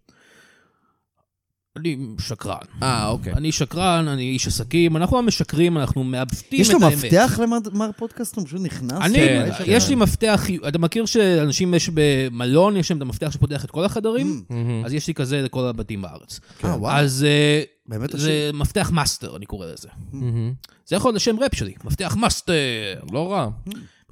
Speaker 3: אני שקרן.
Speaker 2: אה, אוקיי.
Speaker 3: אני שקרן, אני איש עסקים, אנחנו המשקרים, אנחנו מעוותים את
Speaker 4: יש לו
Speaker 3: האמת.
Speaker 4: מפתח למר פודקאסט? הוא פשוט נכנס?
Speaker 3: אני,
Speaker 2: כן,
Speaker 4: לבית שלו?
Speaker 3: יש לי מפתח, אתה מכיר שאנשים יש במלון, יש להם את המפתח שפותח את כל החדרים?
Speaker 2: מהמם.
Speaker 3: אז יש לי כזה לכל הבתים בארץ.
Speaker 4: Mm-hmm. אה, וואו,
Speaker 3: אז אה,
Speaker 4: באמת
Speaker 3: זה מפתח מאסטר, אני קורא לזה.
Speaker 2: מהמם.
Speaker 3: זה יכול להיות השם ראפ שלי, מפתח מאסטר.
Speaker 2: לא רע.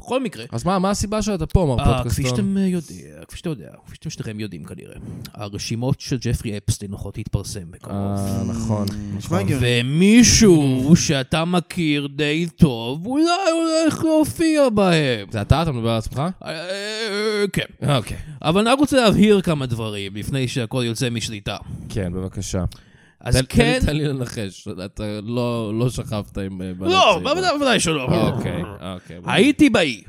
Speaker 3: בכל מקרה,
Speaker 2: אז מה, מה הסיבה שאתה פה, מר
Speaker 3: אה, כפי
Speaker 2: פודקאסטון?
Speaker 3: שאתם אה, יודע, כפי שאתה יודע, כפי שאתם שניכם יודעים כנראה, הרשימות של ג'פרי אפסטין הולכות להתפרסם בקרוב.
Speaker 2: אה, נכון.
Speaker 4: נשמע הגיוני.
Speaker 3: ומישהו שאתה מכיר די טוב, אולי הולך להופיע בהם.
Speaker 2: זה אתה? אתה מדבר על עצמך?
Speaker 3: אה, אה, כן.
Speaker 2: אוקיי.
Speaker 3: אבל אני רק רוצה להבהיר כמה דברים לפני שהכל יוצא משליטה.
Speaker 2: כן, בבקשה.
Speaker 3: אז
Speaker 2: תן-
Speaker 3: כן...
Speaker 2: תן- תן לי לנחש, אתה לא לא שכבת עם... אה, בעלת
Speaker 3: לא,
Speaker 2: צעירה.
Speaker 3: בוודאי בוודאי שלא.
Speaker 2: אוקיי, אוקיי. ברור.
Speaker 3: הייתי באי.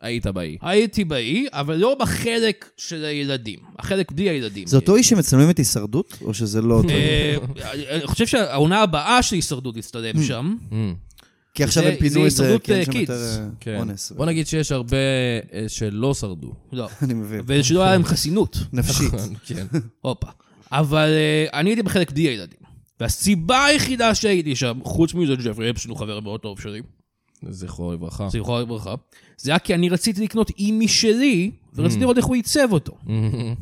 Speaker 2: היית באי.
Speaker 3: הייתי באי, אבל לא בחלק של הילדים. החלק בלי הילדים.
Speaker 4: זה אותו איש שמצלמים את הישרדות? או שזה לא אותו?
Speaker 3: אה, אני- אני חושב שהעונה הבאה של הישרדות תצטלם שם.
Speaker 2: אמ.
Speaker 4: כי עכשיו
Speaker 3: זה-
Speaker 4: הם פינו
Speaker 3: זה
Speaker 4: את זה,
Speaker 3: הישרדות,
Speaker 4: כי אין
Speaker 3: אה,
Speaker 4: שם יותר
Speaker 3: קידס.
Speaker 4: אה,
Speaker 2: כן.
Speaker 4: אונס.
Speaker 2: בוא נגיד שיש הרבה אה, שלא שרדו.
Speaker 3: לא.
Speaker 4: אני מבין.
Speaker 3: ושלא היה להם חסינות.
Speaker 4: נפשית.
Speaker 3: נכון.
Speaker 2: כן.
Speaker 3: הופה. אבל אה, אני הייתי בחלק בלי הילדים. והסיבה היחידה שהייתי שם, חוץ מזה ג'פרי אפשטיין הוא חבר מאוד טוב שלי.
Speaker 2: זכרו לברכה.
Speaker 3: זכרו לברכה, זה היה כי אני רציתי לקנות אי משלי, ורציתי לראות איך הוא עיצב אותו.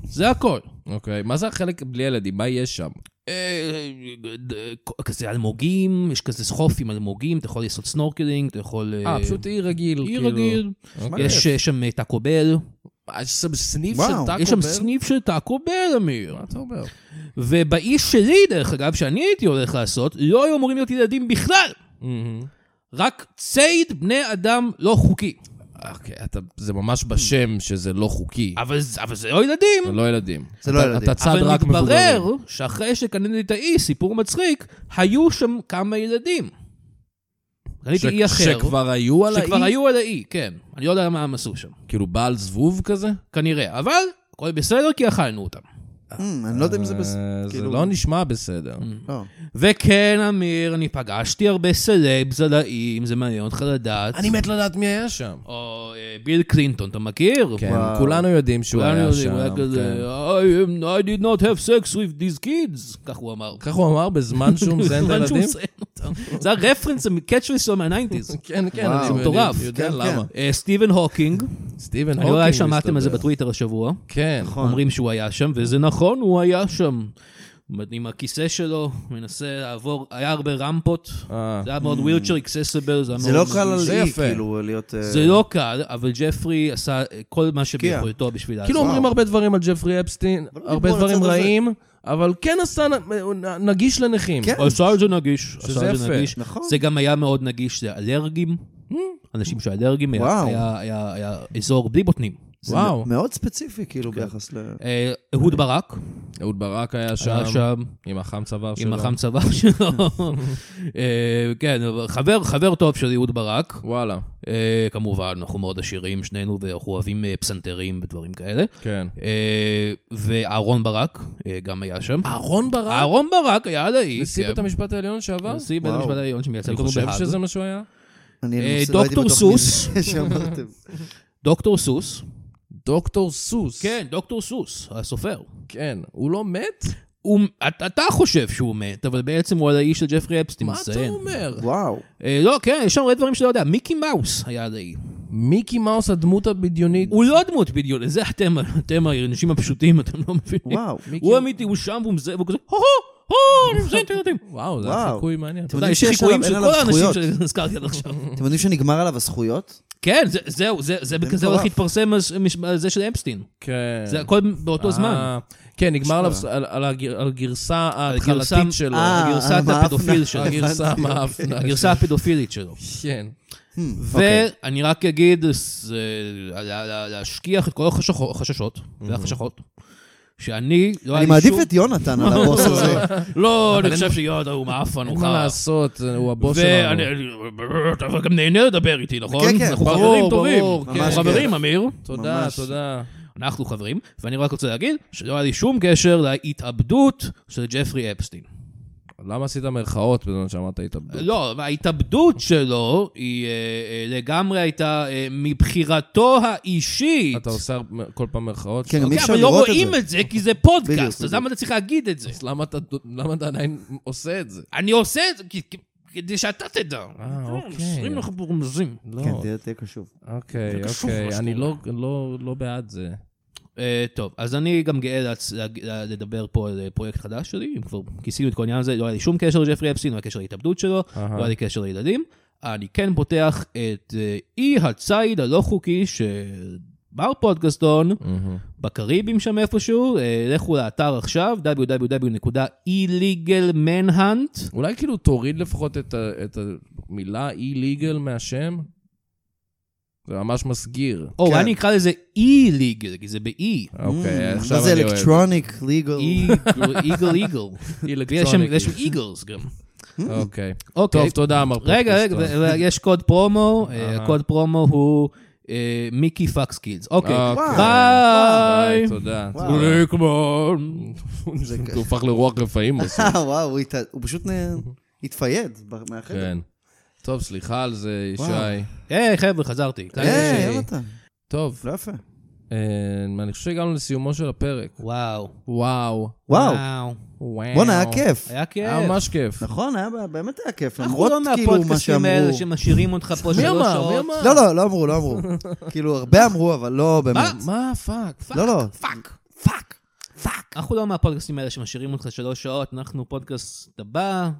Speaker 3: זה הכל.
Speaker 2: אוקיי, מה זה החלק בלי ילדים? מה יש שם?
Speaker 3: אה, כזה אלמוגים, יש כזה חוף עם אלמוגים, אתה יכול לעשות סנורקלינג, אתה יכול...
Speaker 2: אה, פשוט אי רגיל.
Speaker 3: עיר
Speaker 2: כאילו.
Speaker 3: רגיל.
Speaker 2: אוקיי.
Speaker 3: יש אה, שם אה, טאקו בל,
Speaker 2: אה, יש שם סניף של
Speaker 4: וואו,
Speaker 2: טאקו
Speaker 3: יש שם
Speaker 2: בל?
Speaker 3: סניף של טאקו בל, אמיר.
Speaker 2: מה אתה אומר?
Speaker 3: ובאי שלי, דרך אגב, שאני הייתי הולך לעשות, לא היו אמורים להיות ילדים בכלל,
Speaker 2: מהמם.
Speaker 3: רק ציד בני אדם לא חוקי.
Speaker 2: אוקיי, אתה- זה ממש בשם שזה לא חוקי.
Speaker 3: אבל, זה- אבל זה לא ילדים.
Speaker 2: זה לא ילדים.
Speaker 4: זה לא
Speaker 2: אתה-
Speaker 4: ילדים.
Speaker 2: אתה צד
Speaker 3: אבל
Speaker 2: רק מבוגרים.
Speaker 3: מתברר שאחרי שקניתי את האי, סיפור מצחיק, היו שם כמה ילדים. קניתי אי
Speaker 2: ש-
Speaker 3: אחר.
Speaker 2: שכבר היו על האי?
Speaker 3: שכבר היו על האי, כן. אני לא יודע מה הם עשו שם,
Speaker 2: כאילו בעל זבוב כזה?
Speaker 3: כנראה. אבל הכל בסדר כי אכלנו אותם.
Speaker 4: Hmm, אני לא יודע אם זה
Speaker 2: אה,
Speaker 4: בסדר.
Speaker 2: זה
Speaker 4: כאילו- לא.
Speaker 2: לא נשמע בסדר.
Speaker 3: Mm. וכן, אמיר, אני פגשתי הרבה סלבס על האי, אם זה מעניין אותך לדעת.
Speaker 2: אני מת לדעת מי היה שם.
Speaker 3: או אה, ביל קלינטון, אתה מכיר?
Speaker 2: כן,
Speaker 4: וואו.
Speaker 2: כולנו יודעים שהוא
Speaker 3: כולנו
Speaker 2: היה שם.
Speaker 3: יודעים, הוא היה כזה,
Speaker 2: כן.
Speaker 3: "I am- I did not have sex with these kids, כך הוא אמר.
Speaker 2: כך הוא אמר בזמן שהוא מזיין את
Speaker 3: בזמן שהוא
Speaker 2: הילדים?
Speaker 3: מזיין אותם. זה הרפרנס הקאצ'ריס שלו מהניינטיז.
Speaker 2: כן, כן,
Speaker 4: וואו.
Speaker 2: אני
Speaker 4: זה
Speaker 3: מטורף.
Speaker 2: יודע
Speaker 4: כן,
Speaker 2: למה.
Speaker 3: אה, סטיבן הוקינג,
Speaker 2: סטיבן
Speaker 3: כן. אני
Speaker 2: הוקינג
Speaker 3: אולי שמעתם על זה
Speaker 2: מסתבר.
Speaker 3: בטוויטר השבוע,
Speaker 2: כן.
Speaker 4: נכון.
Speaker 3: אומרים שהוא היה שם, וזה נכון, הוא היה שם. עם הכיסא שלו, מנסה לעבור, היה הרבה רמפות,
Speaker 2: אה.
Speaker 3: זה היה מאוד wheelchair accessible, זה היה
Speaker 4: Mm. זה
Speaker 3: מאוד-
Speaker 4: לא קל על
Speaker 2: זה
Speaker 4: אי,
Speaker 2: יפה.
Speaker 4: כאילו, להיות... אה,
Speaker 3: זה לא קל, אבל ג'פרי עשה אה, כל מה
Speaker 4: השקיע.
Speaker 3: שביכולתו בשביל לעזור.
Speaker 2: כאילו אומרים הרבה דברים על ג'פרי אפסטין, הרבה
Speaker 4: דיברו על
Speaker 2: דברים
Speaker 4: הצד הזה.
Speaker 2: רעים, אבל כן עשה נ- הוא נ- נגיש לנכים.
Speaker 4: כן.
Speaker 3: עשה את זה נגיש,
Speaker 2: שזה
Speaker 3: עשה את זה
Speaker 2: יפה. Mm.
Speaker 3: נגיש.
Speaker 4: נכון.
Speaker 3: זה גם היה מאוד נגיש לאלרגים, אנשים שאלרגים, היה-
Speaker 4: וואו.
Speaker 3: היה- היה היה אזור בלי בוטנים.
Speaker 4: זה
Speaker 2: וואו.
Speaker 4: מאוד ספציפי, כאילו, ביחס ל...
Speaker 3: כן. אה, אהוד ברק,
Speaker 2: אהוד ברק היה
Speaker 3: היה
Speaker 2: שם,
Speaker 3: שם,
Speaker 2: עם החם צוואר שלו.
Speaker 3: עם החם צוואר שלו. אה, כן, אבל חבר, חבר טוב של אהוד ברק.
Speaker 2: וואלה,
Speaker 3: אה, כמובן, אנחנו מאוד עשירים שנינו, ואנחנו אוהבים אה, פסנתרים ודברים כאלה.
Speaker 2: כן.
Speaker 3: אה, ואהרון ברק אה, גם היה שם.
Speaker 2: אהרון ברק?
Speaker 3: אהרון ברק היה על האי.
Speaker 2: נשיא
Speaker 3: כן.
Speaker 2: בית המשפט העליון שעבר?
Speaker 3: נשיא בית
Speaker 4: וואו.
Speaker 3: המשפט העליון שמייצג
Speaker 2: אני
Speaker 3: אותנו
Speaker 2: חושב
Speaker 3: בהאג.
Speaker 2: שזה מה שהוא היה?
Speaker 4: אני
Speaker 3: אה,
Speaker 4: למעשה לא הייתי
Speaker 3: דוקטור
Speaker 4: בטוח
Speaker 3: סוס.
Speaker 4: מזה שאמרתם.
Speaker 3: דוקטור סוס.
Speaker 2: דוקטור סוס.
Speaker 3: כן, דוקטור סוס, הסופר.
Speaker 2: כן. הוא לא מת?
Speaker 3: הוא, אתה, אתה חושב שהוא מת, אבל בעצם הוא על האי של ג'פרי אפסטין,
Speaker 2: מה אתה
Speaker 3: מזיין.
Speaker 2: אומר?
Speaker 4: וואו.
Speaker 3: אה, לא, כן, יש שם הרבה דברים שאתה לא יודע. מיקי מאוס היה על האי.
Speaker 2: מיקי מאוס הדמות הבדיונית.
Speaker 3: הוא לא דמות בדיוק, זה אתם, אתם האנשים הפשוטים, אתם לא מבינים.
Speaker 4: וואו.
Speaker 3: הוא אמיתי, הוא שם והוא מזהה, והוא כזה, הו הו, הו, אני מזהה את הילדים.
Speaker 2: וואו, זה
Speaker 4: וואו.
Speaker 2: היה חיקוי מעניין.
Speaker 4: אתם
Speaker 3: אתה יודע,
Speaker 4: יודעים
Speaker 3: יש
Speaker 4: שיש
Speaker 3: חיקויים
Speaker 4: עליו-
Speaker 3: של
Speaker 4: אין
Speaker 3: כל
Speaker 4: עליו
Speaker 3: האנשים
Speaker 4: זכויות?
Speaker 3: שהזכרתי עד עכשיו.
Speaker 4: אתם יודעים שנגמר עליו הזכויות?
Speaker 3: כן, זה- זהו, זה- זה כזה
Speaker 4: מטורף.
Speaker 3: הולך להתפרסם אז- מש- על זה של אפסטין.
Speaker 2: כן.
Speaker 3: זה הכל באותו זמן.
Speaker 2: אה, כן, נגמר עליו ס- על- על הגר- על הגרסה
Speaker 3: הגרסה-
Speaker 2: ההתחלתית שלו.
Speaker 4: אה,
Speaker 3: הגרסת
Speaker 4: המאפנה.
Speaker 3: הפדופיל שלו.
Speaker 2: הגרסה
Speaker 4: הבנתי,
Speaker 2: המאפנה.
Speaker 3: הגרסה הפדופילית שלו.
Speaker 2: כן.
Speaker 4: אוקיי.
Speaker 3: ואני רק אגיד, זה- לה- לה- להשכיח את כל החשכו- החששות והחששות, שאני לא
Speaker 4: אני
Speaker 3: היה לי
Speaker 4: מעדיף
Speaker 3: שום-
Speaker 4: את יונתן על הבוס הזה.
Speaker 3: לא, אני חושב שיואדה הוא מעפן,
Speaker 2: אין
Speaker 3: הוא
Speaker 2: מה
Speaker 3: חרא.
Speaker 2: לעשות, הוא הבוס
Speaker 3: ואני...
Speaker 2: שלנו.
Speaker 3: אתה גם נהנה לדבר איתי, נכון?
Speaker 4: כן, כן.
Speaker 3: אנחנו
Speaker 2: ברור,
Speaker 3: חברים טובים.
Speaker 2: ברור,
Speaker 3: אנחנו
Speaker 4: כן.
Speaker 3: חברים, אמיר.
Speaker 2: תודה,
Speaker 4: ממש.
Speaker 2: תודה.
Speaker 3: אנחנו חברים, ואני רק רוצה להגיד שלא היה לי שום קשר להתאבדות של ג'פרי אפסטין.
Speaker 2: למה עשית מירכאות בזמן שאמרת התאבדות?
Speaker 3: לא, ההתאבדות שלו היא אה, אה, לגמרי הייתה אה, מבחירתו האישית.
Speaker 2: אתה עושה הרבה- כל פעם אוקיי. מירכאות?
Speaker 4: כן, גם אי
Speaker 3: כן,
Speaker 4: אפשר
Speaker 3: אבל לא
Speaker 4: לראות את
Speaker 3: רואים
Speaker 4: זה.
Speaker 3: את זה כי זה פודקאסט,
Speaker 4: בדיוק,
Speaker 3: אז למה אתה צריך להגיד את זה?
Speaker 2: אז למה אתה- למה אתה עדיין עושה את זה?
Speaker 3: אני עושה את זה כי- כי- כדי שאתה תדע.
Speaker 2: אה, אוקיי.
Speaker 3: עשרים לך ברומזים.
Speaker 2: לא,
Speaker 4: כן, תהיה- תהיה קשוב.
Speaker 2: אוקיי,
Speaker 3: זה קשור מה
Speaker 2: אוקיי,
Speaker 3: שאתה
Speaker 2: אני לא- לא לא בעד זה.
Speaker 3: אה, טוב, אז אני גם גאה להצ- להג- לה- לדבר פה על אה, פרויקט חדש שלי, אם כבר כיסינו את כל העניין הזה, לא היה לי שום קשר לג'פרי אפסטין, לא היה קשר להתאבדות שלו,
Speaker 2: אהה.
Speaker 3: לא היה לי קשר לילדים. אני כן פותח את אה, אי הציד הלא חוקי שבר פודקאסטון,
Speaker 2: מהמם.
Speaker 3: בקריבים שם איפשהו, אה, לכו לאתר עכשיו, www.illegalmanhunt.
Speaker 2: אולי כאילו תוריד לפחות את ה- את המילה אי-ליגל מהשם? זה ממש מסגיר.
Speaker 3: או,
Speaker 4: כן.
Speaker 3: אולי אני אקרא לזה אי-ליגל, כי זה באי.
Speaker 2: אוקיי,
Speaker 4: Mm,
Speaker 2: עכשיו
Speaker 4: מה זה
Speaker 2: אני אוהב.
Speaker 4: אלקטרוניק, ליגל?
Speaker 3: איגל איגל. ויש שם- ויש שם איגלס גם.
Speaker 2: אוקיי.
Speaker 3: אוקיי,
Speaker 2: טוב, תודה, מר
Speaker 3: רגע, רגע,
Speaker 2: פודקאסטון.
Speaker 3: ו- יש קוד פרומו, אה,
Speaker 2: אה. אהה.
Speaker 3: הקוד פרומו הוא אה, מיקי פאקס קילס. אוקיי,
Speaker 2: אוקיי.
Speaker 3: ביי.
Speaker 4: אה,
Speaker 2: ביי, תודה.
Speaker 4: וואו.
Speaker 2: תודה.
Speaker 3: גליקמן.
Speaker 2: הוא הפך לרוח רפאים בסוף.
Speaker 4: אה, וואו, הוא התע- הוא פשוט נ- התפייד ב- מהחדר.
Speaker 2: כן. טוב, סליחה על זה,
Speaker 4: וואו.
Speaker 2: ישי.
Speaker 3: היי, חבר'ה, חזרתי.
Speaker 4: היי,
Speaker 3: אה,
Speaker 4: יונתן.
Speaker 2: טוב,
Speaker 4: לא יפה.
Speaker 2: אה, אני חושב שהגענו לסיומו של הפרק.
Speaker 3: וואו.
Speaker 2: וואו.
Speaker 4: וואו,
Speaker 2: וואו. אה,
Speaker 4: בואנה, היה כיף.
Speaker 3: היה כיף.
Speaker 2: היה ממש כיף.
Speaker 4: נכון, היה ב- באמת היה כיף,
Speaker 3: אנחנו
Speaker 4: למרות
Speaker 3: לא
Speaker 4: כאילו מה
Speaker 3: מהפודקאסטים האלה
Speaker 4: שאמרו.
Speaker 3: שמשאירים אותך פה
Speaker 2: מי
Speaker 3: שלוש
Speaker 2: אמר? מי
Speaker 3: שעות.
Speaker 2: אמר?
Speaker 4: לא, לא, לא אמרו, לא אמרו. כאילו, הרבה אמרו, אבל לא באמת.
Speaker 2: מה? פאק.
Speaker 4: לא, לא.
Speaker 3: פאק, פאק, פאק. אנחנו לא מהפודקאסטים האלה שמשאירים אותך שלוש שעות, אנחנו פודקאסט, אתה בא,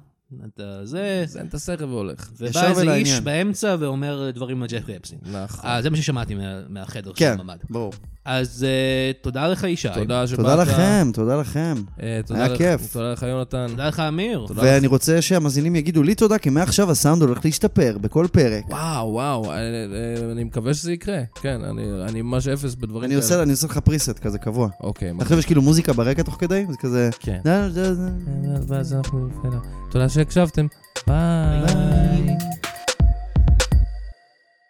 Speaker 3: אתה זה,
Speaker 2: זן את השכל והולך.
Speaker 3: ובא
Speaker 4: ישר
Speaker 3: איזה איש
Speaker 4: ולעניין.
Speaker 3: באמצע ואומר דברים על ג'פרי אפסין.
Speaker 2: נכון.
Speaker 3: אה, זה מה ששמעתי מה- מהחדר
Speaker 4: כן,
Speaker 3: של הממ"ד.
Speaker 4: ברור.
Speaker 3: אז אה, תודה לך, ישי.
Speaker 2: תודה שבאת.
Speaker 4: תודה לכם, תודה לכם.
Speaker 2: אה, תודה
Speaker 4: היה
Speaker 2: לך-
Speaker 4: כיף.
Speaker 2: תודה לך, יונתן.
Speaker 3: תודה לך, אמיר.
Speaker 4: ואני רוצה שהמאזינים יגידו לי תודה, כי מעכשיו הסאונד הולך להשתפר בכל פרק.
Speaker 2: וואו, וואו, אה, אה, אני מקווה שזה יקרה. כן, אני- אני ממש אפס בדברים
Speaker 4: אני עושה
Speaker 2: כאלה.
Speaker 4: אני עושה לך פריסט כזה קבוע.
Speaker 2: אוקיי,
Speaker 4: אתה חושב יש כאילו מוזיקה ברקע תוך כדי? זה כזה...
Speaker 2: כן.
Speaker 4: דה, דה, דה.
Speaker 2: ואז אנחנו... תודה שהקשבתם. ביי.